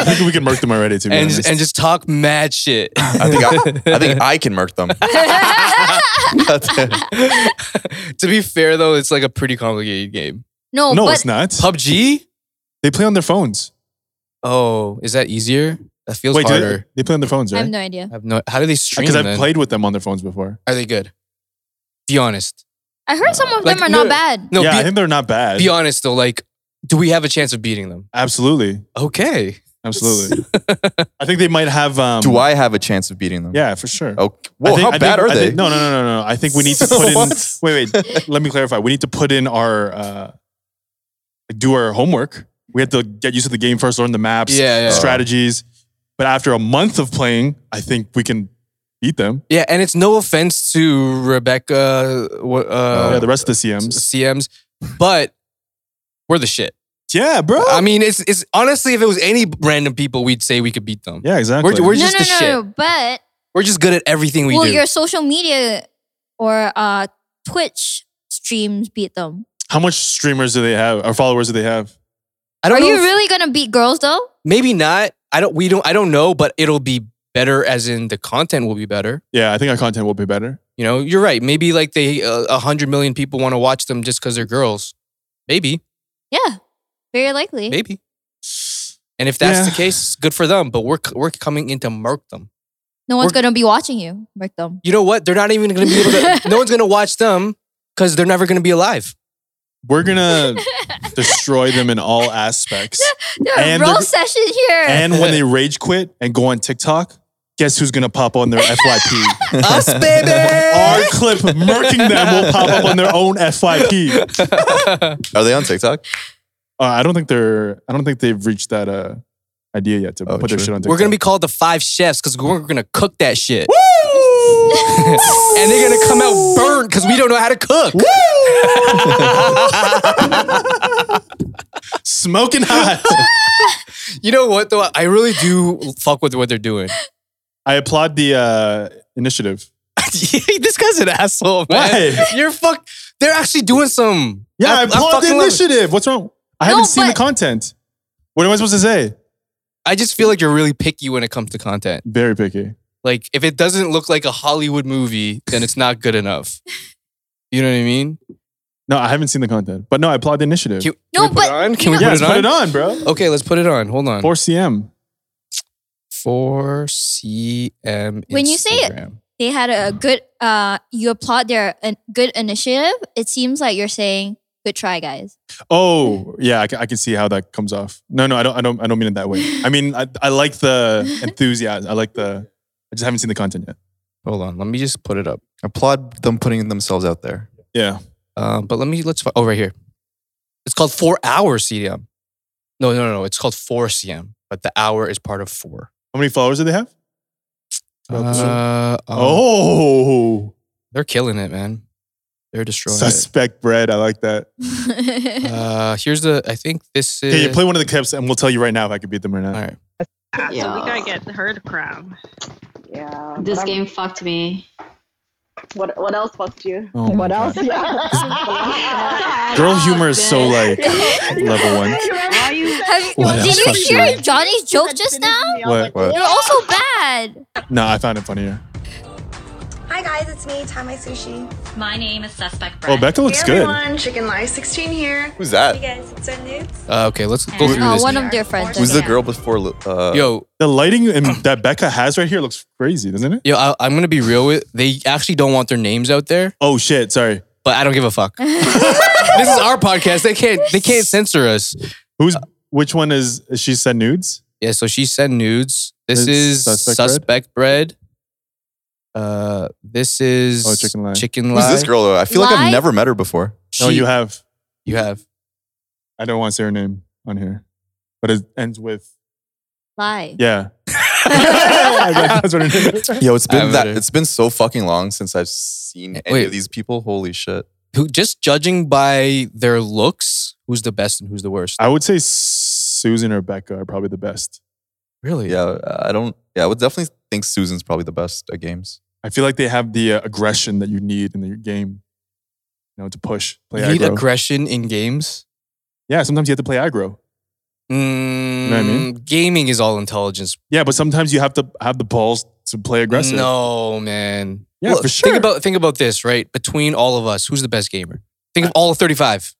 Speaker 3: I think we can murk them already. To be
Speaker 1: and
Speaker 3: honest.
Speaker 1: just, and just talk mad shit.
Speaker 2: I think I, I think I can murk them.
Speaker 1: to be fair though, it's like a pretty complicated game.
Speaker 6: no,
Speaker 3: no,
Speaker 6: but
Speaker 3: it's not.
Speaker 1: PUBG.
Speaker 3: They play on their phones.
Speaker 1: Oh, is that easier? That feels
Speaker 3: Wait, do
Speaker 1: harder.
Speaker 3: they, they play on their phones,
Speaker 6: I have
Speaker 3: right?
Speaker 6: no idea.
Speaker 1: I have no. How do they stream?
Speaker 3: Because I've
Speaker 1: then?
Speaker 3: played with them on their phones before.
Speaker 1: Are they good? Be honest.
Speaker 6: I heard some of
Speaker 1: Like,
Speaker 6: them are
Speaker 1: no-
Speaker 6: not bad.
Speaker 1: No,
Speaker 3: yeah,
Speaker 1: be,
Speaker 3: I think they're not bad.
Speaker 1: be honest though. Like, do we have a chance of beating them?
Speaker 3: Absolutely,
Speaker 1: Okay.
Speaker 3: absolutely. I think they might have. Um,
Speaker 2: Do I have a chance of beating them?
Speaker 3: Yeah, for sure.
Speaker 2: Oh,
Speaker 3: I
Speaker 2: whoa,
Speaker 3: think-
Speaker 2: how
Speaker 3: I
Speaker 2: bad
Speaker 3: think-
Speaker 2: are
Speaker 3: I
Speaker 2: they?
Speaker 3: think- no, no, no, no, no. I think we need to put in. Wait, wait. Let me clarify. We need to put in our uh, like do our homework. We had to get used to the game first, learn the maps,
Speaker 1: Yeah, yeah.
Speaker 3: strategies. But after a month of playing, I think we can beat them.
Speaker 1: Yeah, and it's no offense to Rebecca, wha- uh,
Speaker 3: Oh, yeah, the rest of the CMs.
Speaker 1: CMs, but we're the shit.
Speaker 3: Yeah, bro.
Speaker 1: I mean, it's it's honestly, if it was any random people, we'd say we could beat them.
Speaker 3: yeah, exactly.
Speaker 1: we're
Speaker 6: no,
Speaker 1: just
Speaker 6: no,
Speaker 1: the
Speaker 6: no,
Speaker 1: shit.
Speaker 6: no. But
Speaker 1: We're just good at everything we
Speaker 6: well,
Speaker 1: do.
Speaker 6: your social media or uh, Twitch streams beat them.
Speaker 3: How much streamers do they have or followers do they have?
Speaker 1: I
Speaker 6: Are
Speaker 1: don't know.
Speaker 6: you
Speaker 1: if-
Speaker 6: really gonna beat girls though?
Speaker 1: maybe not. I don't. We don't. I don't know. But it'll be better, as in the content will be better.
Speaker 3: Yeah, I think our content will be better.
Speaker 1: You know, you're right. Maybe like they uh, a hundred million people want to watch them just because they're girls. Maybe,
Speaker 6: Yeah, very likely.
Speaker 1: maybe. And if that's the
Speaker 3: Yeah.
Speaker 1: case, good for them. But we're c- we're coming in to murk them.
Speaker 6: No one's
Speaker 1: We're-
Speaker 6: gonna be watching you like them.
Speaker 1: You know what? They're not even going to be able to. no one's going to watch them because they're never going to be alive.
Speaker 3: We're gonna destroy them in all aspects.
Speaker 6: There are
Speaker 3: And
Speaker 6: roll
Speaker 3: the-
Speaker 6: session here.
Speaker 3: And when they rage quit and go on TikTok, guess who's gonna pop on their FYP?
Speaker 1: Us, baby.
Speaker 3: Our clip murking them will pop up on their own FYP.
Speaker 2: Are they on TikTok?
Speaker 3: Uh, I don't think they're. I don't think they've reached that uh, idea yet to
Speaker 2: Oh,
Speaker 3: put their
Speaker 2: true.
Speaker 3: shit on TikTok.
Speaker 1: We're gonna be called the five chefs because we're gonna cook that shit. and they're gonna come out burnt because we don't know how to cook.
Speaker 3: smoking hot.
Speaker 1: You know what though? I really do fuck with what they're doing.
Speaker 3: I applaud the uh, initiative.
Speaker 1: this guy's an asshole. Man.
Speaker 3: Why?
Speaker 1: You're fuck. They're actually doing some.
Speaker 3: Yeah, I, applaud
Speaker 1: fucking
Speaker 3: the
Speaker 1: love it.
Speaker 3: initiative. What's wrong? I
Speaker 6: No,
Speaker 3: haven't seen the
Speaker 6: but-
Speaker 3: content. What am I supposed to say?
Speaker 1: I just feel like you're really picky when it comes to content.
Speaker 3: Very picky.
Speaker 1: Like if it doesn't look like a Hollywood movie, then it's not good enough. You know what I mean?
Speaker 3: No, I haven't seen the content. But no, I applaud the initiative.
Speaker 1: Can,
Speaker 6: No,
Speaker 1: can we put
Speaker 6: but
Speaker 1: it on?
Speaker 6: you
Speaker 1: Can we
Speaker 6: know-
Speaker 1: put,
Speaker 3: yeah,
Speaker 1: it,
Speaker 3: let's
Speaker 1: on?
Speaker 3: put it on, bro.
Speaker 1: Okay, let's put it on. Hold on.
Speaker 3: 4CM.
Speaker 1: Four CM.
Speaker 6: When you say it-
Speaker 1: Instagram.
Speaker 6: they had a good. Uh, you applaud their uh, good initiative. It seems like you're saying good try, guys.
Speaker 3: Oh, yeah, I, ca- I can see how that comes off. No, no, I don't I don't I don't mean it that way. I mean, I, I like the enthusiasm. I like the I just haven't seen the content yet.
Speaker 1: Hold on. Let me just put it up.
Speaker 2: Applaud them putting themselves out there.
Speaker 3: Yeah.
Speaker 1: Um, but let me let's fi- oh right here. It's called four hour CM. No, no, no. It's called four CM, but the hour is part of four.
Speaker 3: How many followers do they have?
Speaker 1: Uh, oh,
Speaker 3: oh,
Speaker 1: they're killing it, man. They're destroying
Speaker 3: suspect bread. I like that.
Speaker 1: it. Uh, here's the. I think this is.
Speaker 3: Okay, you play one of the clips and we'll tell you right now if I could beat them or
Speaker 1: All
Speaker 3: not.
Speaker 1: right.
Speaker 8: Yeah, so we gotta get her to crown.
Speaker 9: Yeah.
Speaker 10: This
Speaker 9: but I'm-
Speaker 10: game fucked me.
Speaker 9: What What else fucked you?
Speaker 3: Oh my
Speaker 8: What else?
Speaker 3: God.
Speaker 8: Yeah.
Speaker 3: Girl humor is so like level one.
Speaker 8: Why you?
Speaker 6: Have you,
Speaker 3: What
Speaker 6: did
Speaker 3: else
Speaker 6: you
Speaker 3: fucked you
Speaker 6: hear
Speaker 3: up?
Speaker 6: Johnny's joke just now?
Speaker 3: What?
Speaker 2: What?
Speaker 6: They're also bad.
Speaker 3: No, I found it funnier.
Speaker 11: Hi guys, it's me, Tamai Sushi.
Speaker 10: My name is Suspect
Speaker 3: Oh,
Speaker 10: Brett.
Speaker 3: Becca looks
Speaker 11: hey
Speaker 3: good.
Speaker 11: everyone, Chicken Live 16 here.
Speaker 2: Who's that?
Speaker 11: guys, it's our nudes.
Speaker 1: Uh, okay, let's go
Speaker 10: Who-
Speaker 1: through
Speaker 6: Uh,
Speaker 1: this.
Speaker 6: one of their friends.
Speaker 2: Who's the
Speaker 10: Yeah.
Speaker 2: girl before? Lil- Uh,
Speaker 1: yo,
Speaker 3: The lighting in, that Becca has right here looks crazy, doesn't it?
Speaker 1: yo, I, I'm gonna be real with. They actually don't want their names out there,
Speaker 3: Oh shit, sorry.
Speaker 1: but I don't give a fuck. this is our podcast. They can't. They can't censor us.
Speaker 3: Who's which one is is she said nudes?
Speaker 1: Yeah, so she sent nudes. This
Speaker 3: It's
Speaker 1: is
Speaker 3: suspect
Speaker 1: suspect,
Speaker 3: bread?
Speaker 1: bread. Uh, this is
Speaker 3: Oh, chicken live.
Speaker 1: Chicken
Speaker 2: who's this
Speaker 1: live.
Speaker 2: girl? Though? I feel like
Speaker 6: Lie?
Speaker 2: I've never met her before.
Speaker 1: She,
Speaker 3: No, Oh, you have.
Speaker 1: You have.
Speaker 3: I don't want to say her name on here, but it ends with
Speaker 6: Lie.
Speaker 3: yeah. That's what her name is.
Speaker 2: Yo, it's
Speaker 1: I
Speaker 2: been
Speaker 1: haven't
Speaker 2: that.
Speaker 1: met her.
Speaker 2: It's been so fucking long since I've seen any
Speaker 1: Wait.
Speaker 2: of these people. Holy shit!
Speaker 1: Who? Just judging by their looks, who's the best and who's the worst?
Speaker 3: I would say Susan or Becca are probably the best.
Speaker 1: Really?
Speaker 2: Yeah, I don't. Yeah, I would definitely think Susan's probably the best at games.
Speaker 3: I feel like they have the uh, aggression that you need in your game, you know, to push. Play
Speaker 1: You need
Speaker 3: aggro.
Speaker 1: aggression in games.
Speaker 3: yeah, sometimes you have to play aggro.
Speaker 1: Mm,
Speaker 3: what I mean?
Speaker 1: Gaming is all intelligence.
Speaker 3: Yeah, but sometimes you have to have the balls to play aggressive.
Speaker 1: No, man.
Speaker 3: Yeah, for sure.
Speaker 1: Think about think about this, right? Between all of us, who's the best gamer? Think of all 35.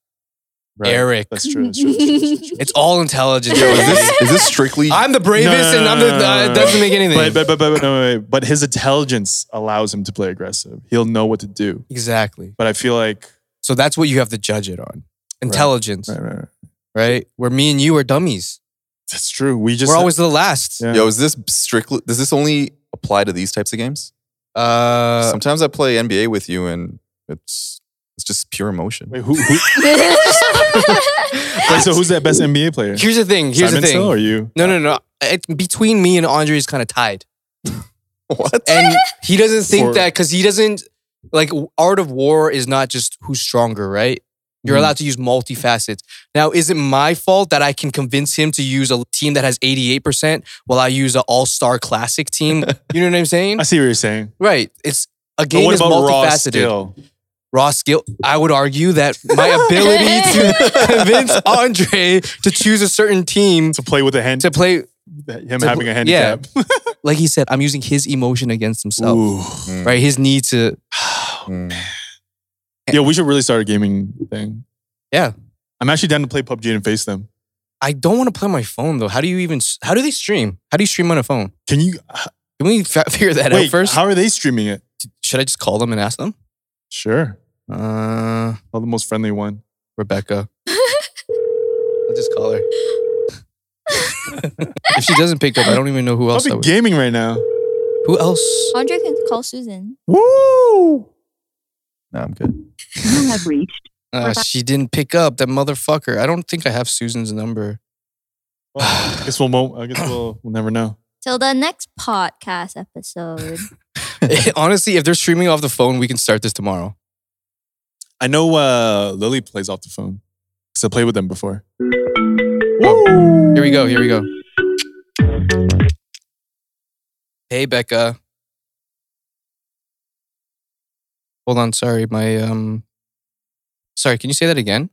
Speaker 3: Right.
Speaker 1: Eric.
Speaker 3: That's true. That's true. That's true, that's true, that's true.
Speaker 1: It's all intelligence.
Speaker 2: Yo, is this, is this strictly?
Speaker 1: I'm the bravest,
Speaker 3: No, no,
Speaker 1: and I'm
Speaker 3: no,
Speaker 1: the.
Speaker 3: no, no,
Speaker 1: uh,
Speaker 3: no,
Speaker 1: it doesn't make anything.
Speaker 3: But, but, but, but, no, wait, wait. but his intelligence allows him to play aggressive. He'll know what to do.
Speaker 1: exactly.
Speaker 3: But I feel like
Speaker 1: So that's what you have to judge it on. Intelligence, right?
Speaker 3: right, right, right.
Speaker 1: Where me and you are dummies.
Speaker 3: that's true. We just
Speaker 1: We're always the last.
Speaker 3: Yeah.
Speaker 2: Yo, is this strictly? Does this only apply to these types of games?
Speaker 1: Uh,
Speaker 2: Sometimes I play NBA with you, and it's it's just pure emotion.
Speaker 3: Wait, who, who, wait, so who's that best NBA player?
Speaker 1: here's the thing. Here's
Speaker 3: Simon
Speaker 1: the thing.
Speaker 3: Still or you?
Speaker 1: no, no, no. It, between me and Andre is kind of tied,
Speaker 2: What?
Speaker 1: and he doesn't think
Speaker 3: For-
Speaker 1: that because he doesn't like w- Art of War is not just who's stronger, right? You're
Speaker 3: Mhm.
Speaker 1: allowed to use multifacets. Now, is it my fault that I can convince him to use a team that has 88% while I use an all star classic team? You know what I'm saying?
Speaker 3: I see what you're saying.
Speaker 1: Right. It's a
Speaker 3: But
Speaker 1: game
Speaker 3: what
Speaker 1: is
Speaker 3: about raw
Speaker 1: multifaceted.
Speaker 3: skill?
Speaker 1: raw skill, I would argue that my ability to convince Andre to choose a certain team
Speaker 3: to play with a hand
Speaker 1: to play
Speaker 3: that him
Speaker 1: to-
Speaker 3: having a handicap.
Speaker 1: like he said, I'm using his emotion against himself,
Speaker 3: Ooh.
Speaker 2: Mm-hmm.
Speaker 1: right? His need to
Speaker 2: Oh,
Speaker 3: Yeah, we should really start a gaming thing.
Speaker 1: Yeah.
Speaker 3: I'm actually down to play PUBG and face them.
Speaker 1: I don't want to play on my phone though. How do you even? s- How do they stream? How do you stream on a phone?
Speaker 3: Can you
Speaker 1: Can we fa- figure that
Speaker 3: wait?
Speaker 1: out first?
Speaker 3: How are they streaming it?
Speaker 1: Should I just call them and ask them?
Speaker 3: Sure.
Speaker 1: Uh,
Speaker 3: Well, the most friendly one.
Speaker 1: Rebecca. I'll just call her. if she doesn't pick up, I don't even know who
Speaker 3: I'll
Speaker 1: else. I
Speaker 3: be
Speaker 1: would-
Speaker 3: gaming right now.
Speaker 1: Who else?
Speaker 6: Andre can call Susan.
Speaker 2: Woo! No, I'm good.
Speaker 8: You have reached.
Speaker 1: Uh, she didn't pick up that motherfucker. I don't think I have Susan's number.
Speaker 3: I guess we'll. Mo- I guess we'll. We'll never know.
Speaker 6: Till the next podcast episode.
Speaker 1: Honestly, if they're streaming off the phone, we can start this tomorrow.
Speaker 3: I know uh, Lily plays off the phone because I played with them before.
Speaker 1: Here we go. Here we go. Hey, Becca. Hold on. Sorry, my um. Sorry, can you say that again?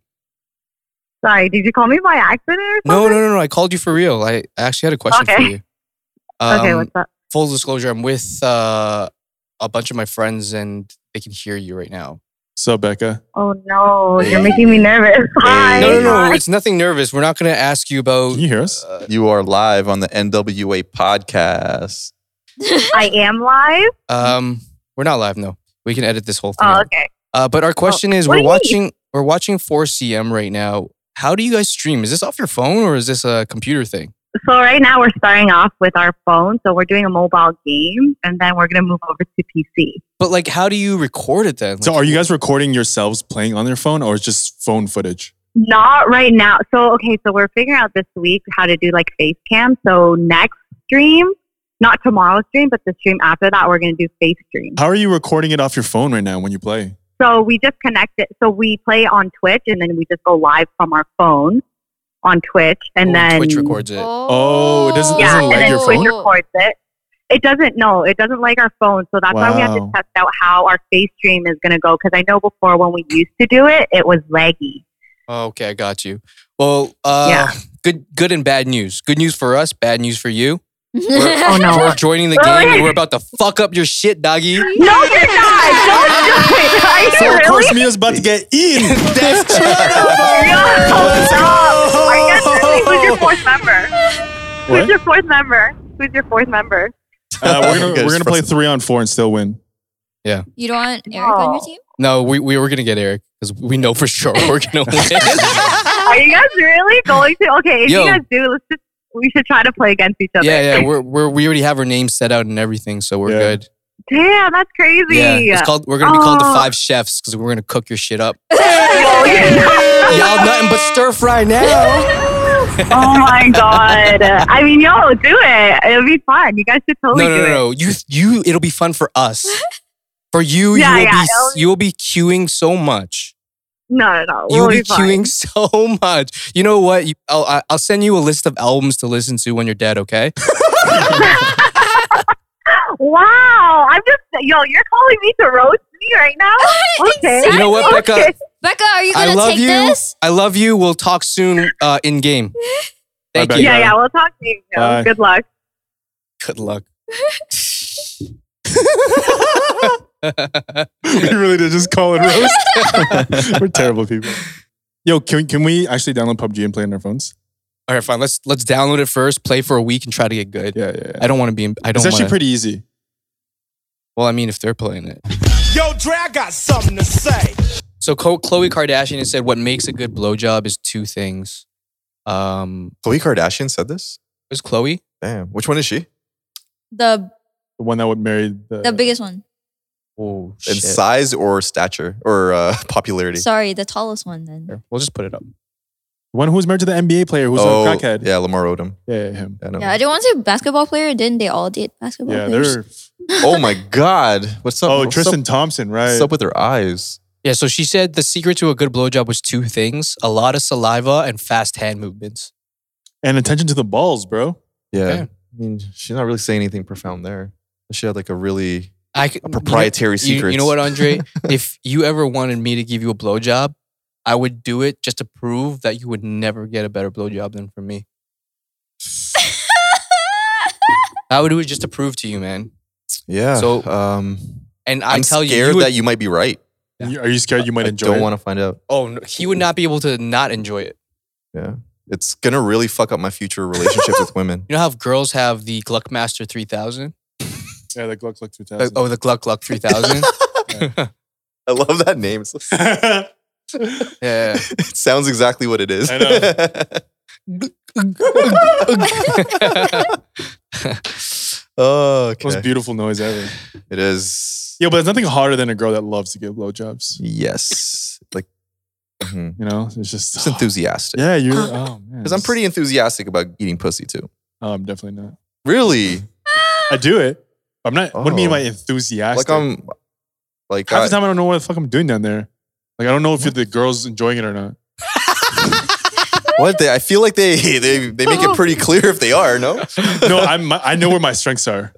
Speaker 8: Sorry, did you call me by accident or something?
Speaker 1: No, no, no, no. I called you for real. I I actually had a question for
Speaker 8: Okay.
Speaker 1: you. Um,
Speaker 8: okay, what's up?
Speaker 1: Full disclosure, I'm with uh, a bunch of my friends, and they can hear you right now.
Speaker 3: So Becca,
Speaker 8: Oh no, you're making me nervous. Hi.
Speaker 1: No, no, no. It's nothing nervous. We're not going to ask you about.
Speaker 3: can you hear us?
Speaker 2: Uh, You are live on the NWA podcast.
Speaker 8: I am live.
Speaker 1: Um, we're not live. No, we can edit this whole thing.
Speaker 8: Oh,
Speaker 1: out.
Speaker 8: okay.
Speaker 1: Uh, but our question is,
Speaker 8: what
Speaker 1: we're
Speaker 8: do you
Speaker 1: watching we're watching 4CM right now. How do you guys stream? Is this off your phone or is this a computer thing?
Speaker 8: So right now we're starting off with our phone. So we're doing a mobile game, and then we're gonna move over to PC.
Speaker 1: But like, how do you record it then?
Speaker 3: So
Speaker 1: Like,
Speaker 3: are you guys recording yourselves playing on their phone or it's just phone footage?
Speaker 8: Not right now. So okay, so we're figuring out this week how to do like face cam. So next stream, not tomorrow's stream, but the stream after that, we're gonna do face stream.
Speaker 3: How are you recording it off your phone right now when you play?
Speaker 8: So we just connect it. So we play on Twitch, and then we just go live from our phone on Twitch, and
Speaker 1: oh,
Speaker 8: then
Speaker 1: Twitch records it.
Speaker 3: Oh, it doesn't-
Speaker 8: Yeah, and
Speaker 3: lag
Speaker 8: then
Speaker 3: your
Speaker 8: Twitch
Speaker 3: phone?
Speaker 8: records it. It doesn't. No, it doesn't like our phone. So that's why we have to
Speaker 3: Wow.
Speaker 8: test out how our face stream is gonna go. Because I know before when we used to do it, it was laggy.
Speaker 1: Oh, okay, I got you. Well, uh,
Speaker 8: Yeah.
Speaker 1: good, good and bad news. Good news for us, bad news for you.
Speaker 8: Oh no.
Speaker 1: We're joining the game and we're about to fuck up your shit, doggy.
Speaker 8: No, you're not. Don't do it. Are you
Speaker 3: So
Speaker 8: really?
Speaker 3: of course Mia's about to get in.
Speaker 1: That's
Speaker 8: Let's go. Are you guys really? Who's your fourth member? Who's
Speaker 3: What?
Speaker 8: your fourth member? Who's your fourth member?
Speaker 3: Uh, we're gonna,
Speaker 2: You guys
Speaker 3: we're gonna play
Speaker 2: press-
Speaker 3: three on four and still win.
Speaker 6: You don't want Eric on your
Speaker 8: Oh.
Speaker 6: team?
Speaker 1: No, we, we were gonna get Eric because we know for sure we're gonna win.
Speaker 8: Are you guys really going to? Okay, if
Speaker 1: Yo.
Speaker 8: you guys do, let's just we should try to play against each other.
Speaker 1: Yeah, yeah, we're, we're we already have our names set out and everything, so we're
Speaker 3: Yeah.
Speaker 1: good.
Speaker 8: Damn, that's crazy.
Speaker 1: Yeah, it's called. We're gonna be called the
Speaker 8: Oh.
Speaker 1: Five Chefs because we're gonna cook your shit up.
Speaker 8: No, you're not.
Speaker 1: Y'all nothing but stir fry now.
Speaker 8: oh my god. I mean, yo, do it. It'll be fun. You guys should
Speaker 1: No,
Speaker 8: totally
Speaker 1: no, no,
Speaker 8: do
Speaker 1: no. You, you. It'll be fun for us. For you,
Speaker 8: Yeah,
Speaker 1: you will
Speaker 8: yeah,
Speaker 1: be
Speaker 8: it'll-
Speaker 1: you will be queuing so much.
Speaker 8: it. No, no, no.
Speaker 1: You will
Speaker 8: We'll
Speaker 1: be
Speaker 8: be fine.
Speaker 1: queuing so much. You know what? You, I'll I- I'll send you a list of albums to listen to when you're dead. Okay.
Speaker 8: Wow. I'm just yo, you're calling me to roast me right now? Okay.
Speaker 1: You know what, Becca?
Speaker 8: Okay.
Speaker 6: Becca, are you
Speaker 1: I
Speaker 6: gonna
Speaker 1: love
Speaker 6: take
Speaker 1: you.
Speaker 6: this?
Speaker 1: I love you. We'll talk soon. Uh, in game. Thank
Speaker 3: bet
Speaker 1: you.
Speaker 3: you.
Speaker 8: Yeah, yeah, we'll talk to you. yo.
Speaker 3: Bye.
Speaker 8: Good luck.
Speaker 1: Good luck.
Speaker 3: we really did just call it roast. we're terrible people. Yo, can we, can we actually download PUBG and play on our phones?
Speaker 1: All right, fine. Let's let's download it first. Play for a week and try to get good.
Speaker 3: Yeah, yeah. yeah.
Speaker 1: I don't want to be. in- I don't.
Speaker 3: It's actually
Speaker 1: wanna,
Speaker 3: pretty easy.
Speaker 1: Well, I mean, if they're playing it.
Speaker 4: Yo, Dre, I got something to say.
Speaker 1: So Chloe Kardashian has said what makes a good blowjob is two things. Um,
Speaker 2: Khloe Kardashian said this?
Speaker 1: was Chloe?
Speaker 2: Damn. Which one is she?
Speaker 6: The
Speaker 3: The one that would marry the,
Speaker 6: the biggest one.
Speaker 1: Oh
Speaker 2: In size or stature or uh, popularity?
Speaker 6: Sorry, the tallest one then.
Speaker 1: Here, We'll just put it up.
Speaker 3: one who was married to the NBA player who's a crackhead.
Speaker 2: Oh, yeah, Lamar Odom.
Speaker 3: Oh, yeah, yeah, him.
Speaker 2: I know.
Speaker 6: Yeah, I didn't want to say basketball player. Didn't they all date basketball
Speaker 3: Yeah,
Speaker 6: players?
Speaker 3: they're
Speaker 2: oh my God. What's up?
Speaker 3: oh
Speaker 2: what's
Speaker 3: Tristan
Speaker 2: Up?
Speaker 3: Thompson, right?
Speaker 2: What's up with her eyes?
Speaker 1: Yeah. So she said the secret to a good blowjob was two things: a lot of saliva and fast hand movements.
Speaker 3: and attention to the balls, bro.
Speaker 2: Yeah.
Speaker 1: Okay.
Speaker 2: I mean, she's not really saying anything profound there. She had like a really
Speaker 1: I c-
Speaker 2: A proprietary
Speaker 1: you, you- You
Speaker 2: secrets.
Speaker 1: know what, Andre? if you ever wanted me to give you a blowjob, I would do it just to prove that you would never get a better blowjob than from me. I would do it just to prove to you, man.
Speaker 2: Yeah.
Speaker 1: uh, So-
Speaker 2: So um,
Speaker 1: And I
Speaker 2: I'm
Speaker 1: tell you,
Speaker 2: scared
Speaker 1: you would-
Speaker 2: that you might be right.
Speaker 3: You- Are you scared you might
Speaker 2: I
Speaker 3: enjoy
Speaker 2: don't
Speaker 3: it?
Speaker 2: want to find out.
Speaker 1: Oh, no, he would not be able to not enjoy it.
Speaker 2: Yeah. It's gonna really fuck up my future relationships with women.
Speaker 1: You know how girls have the Gluckmaster 3000?
Speaker 3: yeah, the Gluck Gluck
Speaker 1: The-
Speaker 3: 2000.
Speaker 1: oh, the Gluck Gluck 3000?
Speaker 2: I love that name. It's-
Speaker 1: yeah.
Speaker 2: It sounds exactly what it is.
Speaker 3: I know.
Speaker 2: oh, okay.
Speaker 3: Most beautiful noise ever.
Speaker 2: It is.
Speaker 3: Yeah, but there's nothing harder than a girl that loves to give blowjobs.
Speaker 2: Yes. Like, mhm.
Speaker 3: You know, it's just
Speaker 2: it's enthusiastic.
Speaker 3: Yeah, you're. Oh man,
Speaker 2: Because I'm pretty enthusiastic about eating pussy too.
Speaker 3: Oh, I'm definitely not.
Speaker 2: Really?
Speaker 3: I do it. I'm not. What do you mean
Speaker 2: Oh.
Speaker 3: by enthusiastic?
Speaker 2: Like I'm. Like
Speaker 3: Half
Speaker 2: I,
Speaker 3: the time I don't know what the fuck I'm doing down there. Like I don't know if the girl's enjoying it or not.
Speaker 2: what they, I feel like they they they make it pretty clear if they are. No.
Speaker 3: No, I'm. I know where my strengths are.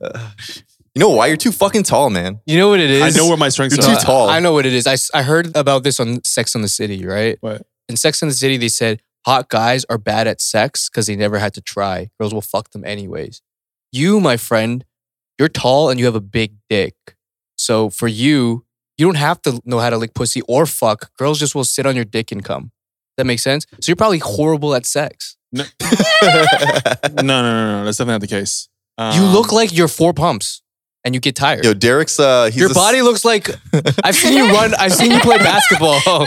Speaker 2: You know why? You're too fucking tall, man.
Speaker 1: You know what it
Speaker 3: I
Speaker 1: is?
Speaker 3: know where my strengths
Speaker 2: You're
Speaker 3: are.
Speaker 2: too tall.
Speaker 1: I know what it is. I, s- I heard about this on Sex on the City, right?
Speaker 3: What?
Speaker 1: In Sex on the City, they said hot guys are bad at sex because they never had to try. Girls will fuck them anyways. You, my friend, you're tall and you have a big dick. So for you, you don't have to know how to lick pussy or fuck. Girls just will sit on your dick and come. That makes sense. So you're probably horrible at sex.
Speaker 3: no, no, no, no. That's definitely not the case.
Speaker 1: you
Speaker 3: Um,
Speaker 1: look like you're four pumps and you get tired.
Speaker 2: Yo, Derek's uh, he's
Speaker 1: your
Speaker 2: a-
Speaker 1: body looks like I've seen you run. I've seen you play basketball. Oh.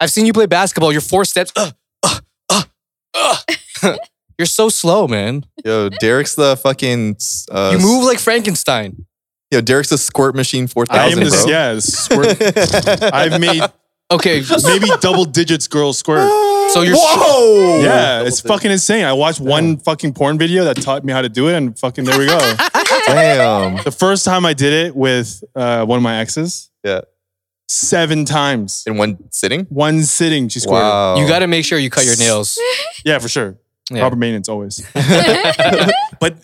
Speaker 1: I've seen you play basketball. You're four steps. Uh, uh, uh, uh. You're so slow, man.
Speaker 2: Yo, Derek's the fucking. Uh,
Speaker 1: You move like Frankenstein.
Speaker 2: Yo, Derek's the squirt machine four
Speaker 3: I am
Speaker 2: thousand,
Speaker 3: this.
Speaker 2: bro.
Speaker 3: Yeah, this squirt. I've made
Speaker 1: Okay, so
Speaker 3: maybe double digits girl squirt.
Speaker 1: you're
Speaker 2: Whoa!
Speaker 3: Yeah, it's fucking insane. I watched one fucking porn video that taught me how to do it, and fucking there we go.
Speaker 2: Damn.
Speaker 3: the first time I did it with uh, one of my exes,
Speaker 2: Yeah.
Speaker 3: seven times,
Speaker 2: In one sitting.
Speaker 3: one sitting, she squirted.
Speaker 2: Wow.
Speaker 1: you got to make sure you cut your nails.
Speaker 3: Yeah, for sure.
Speaker 1: Yeah.
Speaker 3: Proper maintenance always. but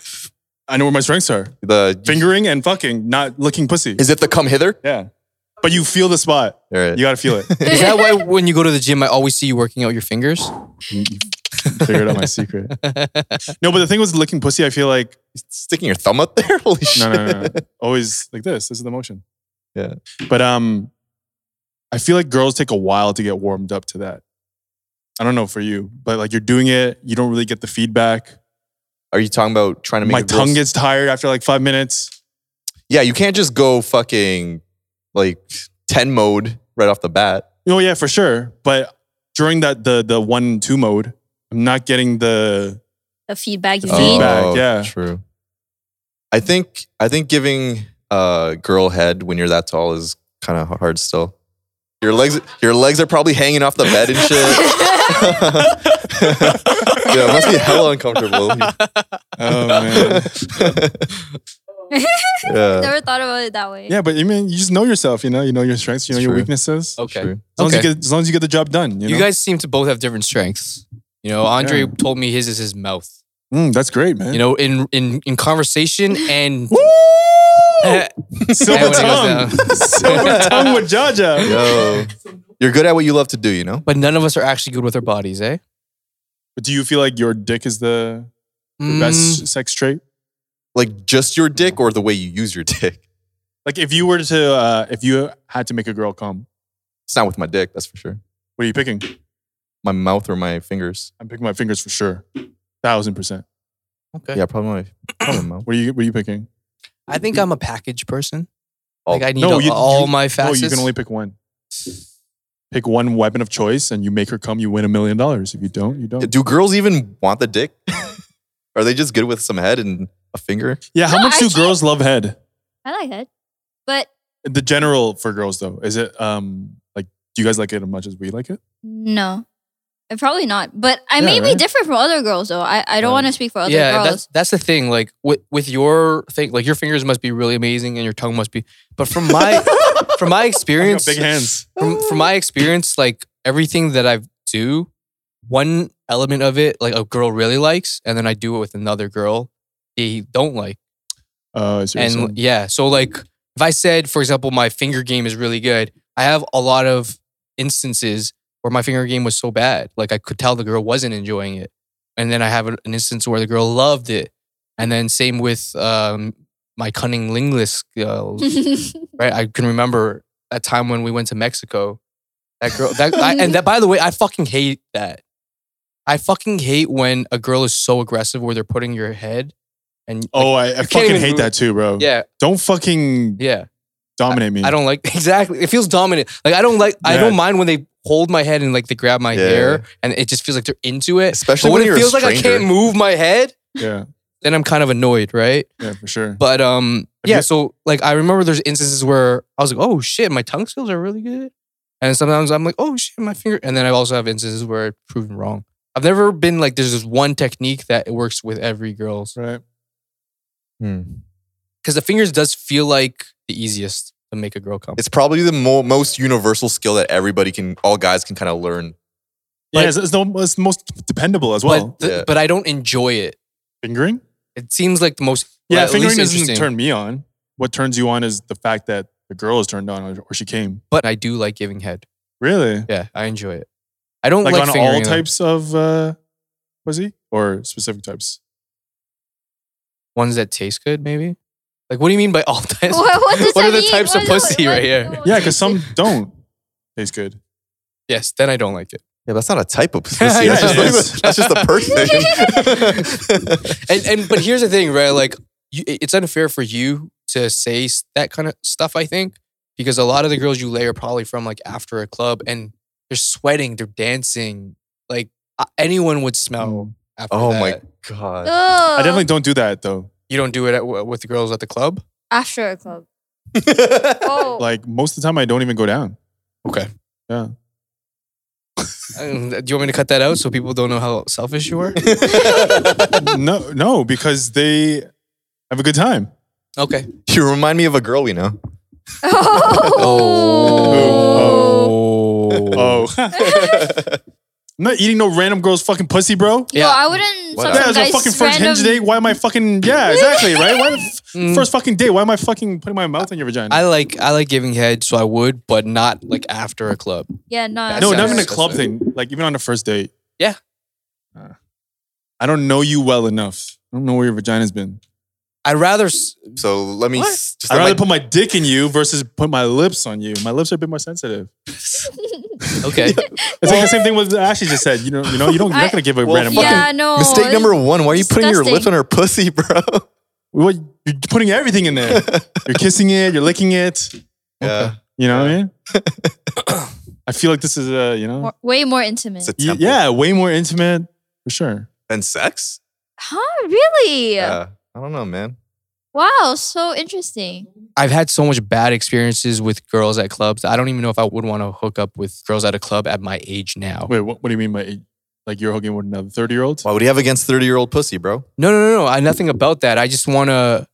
Speaker 3: I know where my strengths are:
Speaker 2: the
Speaker 3: fingering and fucking, not looking pussy.
Speaker 2: Is it the come hither?
Speaker 3: yeah, but you feel the spot.
Speaker 2: All right.
Speaker 3: You gotta feel it.
Speaker 1: Is that why when you go to the gym, I always see you working out your fingers?
Speaker 3: Figured out my secret. No, but the thing was licking pussy. I feel like
Speaker 2: sticking your thumb up there? Holy shit.
Speaker 3: no, no, no, no. always like this. This is the motion.
Speaker 2: Yeah.
Speaker 3: But um, I feel like girls take a while to get warmed up to that. I don't know for you, but like you're doing it, you don't really get the feedback.
Speaker 2: Are you talking about trying to make
Speaker 3: My
Speaker 2: a girl-
Speaker 3: tongue gets tired after like five minutes.
Speaker 2: Yeah, you can't just go fucking like ten mode right off the bat.
Speaker 3: Oh yeah, for sure. But during that the the one two mode, I'm not getting the
Speaker 6: the feedback you
Speaker 3: Oh.
Speaker 6: need.
Speaker 3: Feedback, yeah.
Speaker 2: true. I think I think giving uh, girl head when you're that tall is kind of hard still. Your legs, your legs are probably hanging off the bed and shit. yeah, it must be hella uncomfortable.
Speaker 3: oh man.
Speaker 2: yeah,
Speaker 6: Never thought about it that way.
Speaker 3: Yeah, but I mean, you just know yourself. You know, you know your strengths. You know
Speaker 2: It's
Speaker 3: your
Speaker 2: true.
Speaker 3: weaknesses.
Speaker 1: Okay.
Speaker 2: True.
Speaker 3: As long as you
Speaker 1: Okay.
Speaker 3: get as long as you get the job done. You,
Speaker 1: You
Speaker 3: know?
Speaker 1: guys seem to both have different strengths. You know, Andre
Speaker 3: Yeah.
Speaker 1: told me his is his mouth.
Speaker 3: Mm, that's great, man.
Speaker 1: You know, in in in conversation and
Speaker 3: silver tongue,
Speaker 1: Everyone goes down.
Speaker 3: silver tongue with Jaja.
Speaker 2: yo, you're good at what you love to do. You know,
Speaker 1: but none of us are actually good with our bodies, eh?
Speaker 3: But do you feel like your dick is the
Speaker 1: Mm,
Speaker 3: best sex trait?
Speaker 2: like just your dick or the way you use your dick.
Speaker 3: Like if you were to, uh, if you had to make a girl come,
Speaker 2: It's not with my dick, that's for sure.
Speaker 3: what are you picking?
Speaker 2: My mouth or my fingers.
Speaker 3: I'm picking my fingers for sure, thousand percent.
Speaker 1: Mm, Okay.
Speaker 2: Yeah, probably my, probably my mouth.
Speaker 3: What are you? What are you picking? Oh,
Speaker 1: I think I'm a package person.
Speaker 2: Oh,
Speaker 1: Like I need
Speaker 3: no,
Speaker 1: all,
Speaker 3: you-
Speaker 1: all
Speaker 3: you-
Speaker 1: my
Speaker 3: No,
Speaker 1: facets.
Speaker 3: you can only pick one. Pick one weapon of choice, and you make her come. You win a million dollars. If you don't, you don't.
Speaker 2: Do girls even want the dick? Are they just good with some head and a finger?
Speaker 3: Yeah. How
Speaker 6: No,
Speaker 3: much
Speaker 6: I
Speaker 3: do
Speaker 6: can't-
Speaker 3: girls love head?
Speaker 6: I like it. But
Speaker 3: The general for girls though is it um like do you guys like it as much as we like it?
Speaker 6: no. Uh, Probably not. But I
Speaker 3: Yeah,
Speaker 6: may
Speaker 3: right?
Speaker 6: be different from other girls though. I, I don't
Speaker 3: Yeah.
Speaker 6: want to speak for other
Speaker 1: yeah,
Speaker 6: girls.
Speaker 1: that's that's the thing. Like with with your thing, like your fingers must be really amazing and your tongue must be. But from my from my
Speaker 3: I
Speaker 1: experience,
Speaker 3: got big hands.
Speaker 1: from, from my experience, like everything that I do, one element of it, like a girl really likes, and then I do it with another girl they don't like.
Speaker 3: Uh,
Speaker 1: and yeah, so like if I said, for example, my finger game is really good, I have a lot of instances where my finger game was so bad. Like I could tell the girl wasn't enjoying it. And then I have an an instance where the girl loved it. And then same with um, my cunning linguist skills, right? I can remember that time when we went to Mexico. That girl, that, I, and that, by the way, I fucking hate that. I fucking hate when a girl is so aggressive where they're putting your head and like,
Speaker 3: Oh, I, I
Speaker 1: can't
Speaker 3: fucking
Speaker 1: even
Speaker 3: hate
Speaker 1: move-
Speaker 3: that too, bro.
Speaker 1: yeah,
Speaker 3: Don't fucking
Speaker 1: yeah.
Speaker 3: dominate me.
Speaker 1: I don't like exactly. It feels dominant. Like I don't like. I
Speaker 3: Yeah.
Speaker 1: don't mind when they hold my head and like they grab my
Speaker 2: Yeah.
Speaker 1: hair, and it just feels like they're into it.
Speaker 2: Especially
Speaker 1: but
Speaker 2: when
Speaker 1: when,
Speaker 2: you're
Speaker 1: it
Speaker 2: a
Speaker 1: feels like I
Speaker 2: stranger.
Speaker 1: can't move my head,
Speaker 3: Yeah,
Speaker 1: then I'm kind of annoyed, right?
Speaker 3: yeah, for sure.
Speaker 1: But um,
Speaker 3: Have
Speaker 1: yeah.
Speaker 3: you-
Speaker 1: so like I remember there's instances where I was like, oh shit, my tongue skills are really good, and sometimes I'm like, oh shit, my finger. And then I also have instances where it's proven wrong. I've never been like there's this one technique that works with every girl's
Speaker 3: Right.
Speaker 1: because the fingers does feel like the easiest to make a girl come.
Speaker 2: It's probably the mo- most universal skill that everybody can, all guys can kind of learn.
Speaker 3: Yeah,
Speaker 1: But-
Speaker 3: it's, it's, the, it's the most dependable as well.
Speaker 1: but th-
Speaker 2: yeah.
Speaker 1: but I don't enjoy it.
Speaker 3: fingering?
Speaker 1: It seems like the most
Speaker 3: Yeah,
Speaker 1: well, at
Speaker 3: fingering
Speaker 1: least
Speaker 3: doesn't
Speaker 1: interesting,
Speaker 3: turn me on. What turns you on is the fact that the girl is turned on or, or she came.
Speaker 1: but I do like giving head.
Speaker 3: Really?
Speaker 1: Yeah, I enjoy it. I don't
Speaker 3: Like,
Speaker 1: like,
Speaker 3: on
Speaker 1: fingering
Speaker 3: all
Speaker 1: though.
Speaker 3: types of uh was he? Or specific types?
Speaker 1: ones that taste good. Maybe like what do you mean by all types?
Speaker 6: what, what does
Speaker 1: What
Speaker 6: that
Speaker 1: are the
Speaker 6: mean?
Speaker 1: types of
Speaker 6: What-
Speaker 1: pussy
Speaker 6: what-
Speaker 1: right here?
Speaker 6: what-
Speaker 3: Yeah, because some don't taste good.
Speaker 1: Yes, then I don't like it.
Speaker 2: Yeah, but that's not a type of pussy.
Speaker 1: Yeah,
Speaker 2: that's,
Speaker 3: it
Speaker 2: just,
Speaker 1: is.
Speaker 2: that's just a person.
Speaker 1: And and but here's the thing, right? Like you, it- it's unfair for you to say s- that kind of stuff. I think because a lot of the girls you lay are probably from like after a club and they're sweating, they're dancing. Like uh, anyone would smell. After
Speaker 2: oh my
Speaker 1: that.
Speaker 2: god.
Speaker 6: Ugh.
Speaker 3: I definitely don't do that though.
Speaker 1: You don't do it at, with the girls at the club.
Speaker 6: after a club. Oh,
Speaker 3: Like most of the time I don't even go down.
Speaker 1: Okay.
Speaker 3: Yeah.
Speaker 1: Um, Do you want me to cut that out so people don't know how selfish you are?
Speaker 3: no, no, because they have a good time.
Speaker 1: Okay.
Speaker 2: you remind me of a girl we know.
Speaker 1: Oh.
Speaker 6: Oh.
Speaker 3: Oh. I'm not eating no random girl's fucking pussy, bro.
Speaker 1: Yeah.
Speaker 6: No, I wouldn't.
Speaker 2: What?
Speaker 6: some
Speaker 3: Yeah, it's my
Speaker 6: guy's
Speaker 3: fucking first
Speaker 6: random-
Speaker 3: hinge date. Why am I fucking yeah, exactly, right? Why the f-
Speaker 1: Mm.
Speaker 3: first fucking date? Why am I fucking putting my mouth in your vagina?
Speaker 1: I like I like giving head, so I would, but not like after a club.
Speaker 6: Yeah, no.
Speaker 3: no,
Speaker 1: That's
Speaker 3: not
Speaker 1: nice.
Speaker 3: even a
Speaker 1: That's
Speaker 3: club
Speaker 1: nice.
Speaker 3: thing. Like even on the first date.
Speaker 1: Yeah.
Speaker 3: Uh, I don't know you well enough. I don't know where your vagina's been.
Speaker 1: I'd rather s-
Speaker 2: So let me
Speaker 1: What?
Speaker 2: s- just
Speaker 3: I'd
Speaker 2: let
Speaker 3: rather
Speaker 2: my,
Speaker 3: put my dick in you versus put my lips on you. My lips are a bit more sensitive.
Speaker 1: okay.
Speaker 3: It's like the same thing with Ashley just said. You know, you know, you don't. You're
Speaker 6: I-
Speaker 3: not gonna give a
Speaker 2: Well,
Speaker 3: random.
Speaker 2: fucking
Speaker 6: Yeah, no.
Speaker 2: mistake number one. Why are you putting your lips
Speaker 6: disgusting.
Speaker 2: on her pussy, bro?
Speaker 3: Well, you're putting everything in there. you're kissing it. You're licking it.
Speaker 2: Yeah,
Speaker 3: You know what I mean? I feel like this is a you know,
Speaker 6: More, way more intimate.
Speaker 2: it's a
Speaker 3: y-
Speaker 2: temple.
Speaker 3: yeah, way more intimate for sure.
Speaker 2: and sex. Uh,
Speaker 6: huh? Really?
Speaker 2: I don't know, man.
Speaker 6: Wow, so interesting.
Speaker 1: I've had so much bad experiences with girls at clubs. I don't even know if I would want to hook up with girls at a club at my age
Speaker 2: Oh.
Speaker 1: now.
Speaker 3: Wait, what, what do you mean by like you're hooking with another thirty year old?
Speaker 2: Why would you have against thirty-year-old pussy, bro?
Speaker 1: No, no, no, no. I nothing about that. I just want to.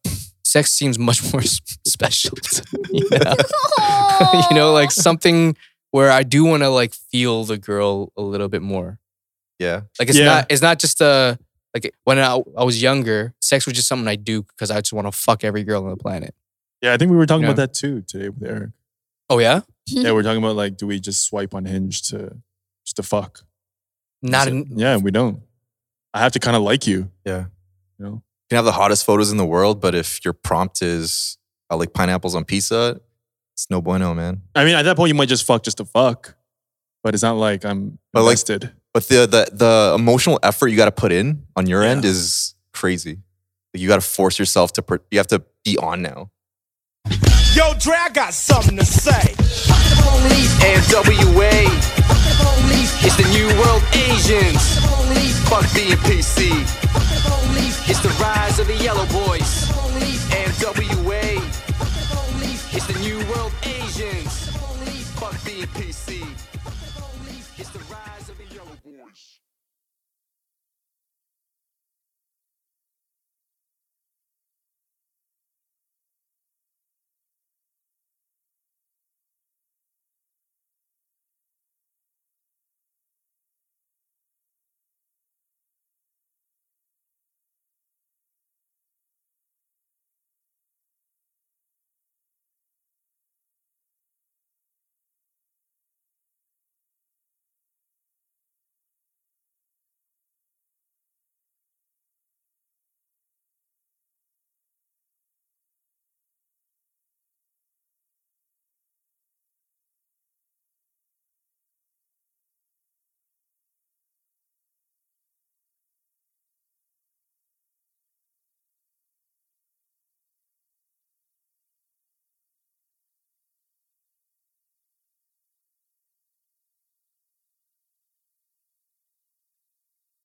Speaker 1: Sex seems much more s- special. To me now. you know, like something where I do want to like feel the girl a little bit more.
Speaker 2: Yeah,
Speaker 1: Like it's
Speaker 3: Yeah.
Speaker 1: not it's not just a like when I, I was younger, sex was just something I do because I just want to fuck every girl on the planet.
Speaker 3: Yeah, I think we were talking about
Speaker 1: Yeah.
Speaker 3: that too today with Eric.
Speaker 1: Oh yeah,
Speaker 3: Yeah, we we're talking about like, do we just swipe on Hinge to just to fuck?
Speaker 1: not
Speaker 3: So-
Speaker 1: in,
Speaker 3: yeah, we don't. I have to kind of like you.
Speaker 2: Yeah.
Speaker 3: You know,
Speaker 2: you can have the hottest photos in the world, but if your prompt is I like pineapples on pizza, it's no bueno, man.
Speaker 3: I mean, at that point, you might just fuck just to fuck, but it's not like I'm
Speaker 2: But, like-
Speaker 3: invested.
Speaker 2: But the the the emotional effort you got to put in on your end is crazy. Like you got to force yourself to. Per- you have to be on now.
Speaker 4: Yo, Dre, I got something to say.
Speaker 5: NWA. It's the New World Asians. Fuck being PC. It's the rise of the yellow boys. NWA. It's the New World Asians. Fuck being PC.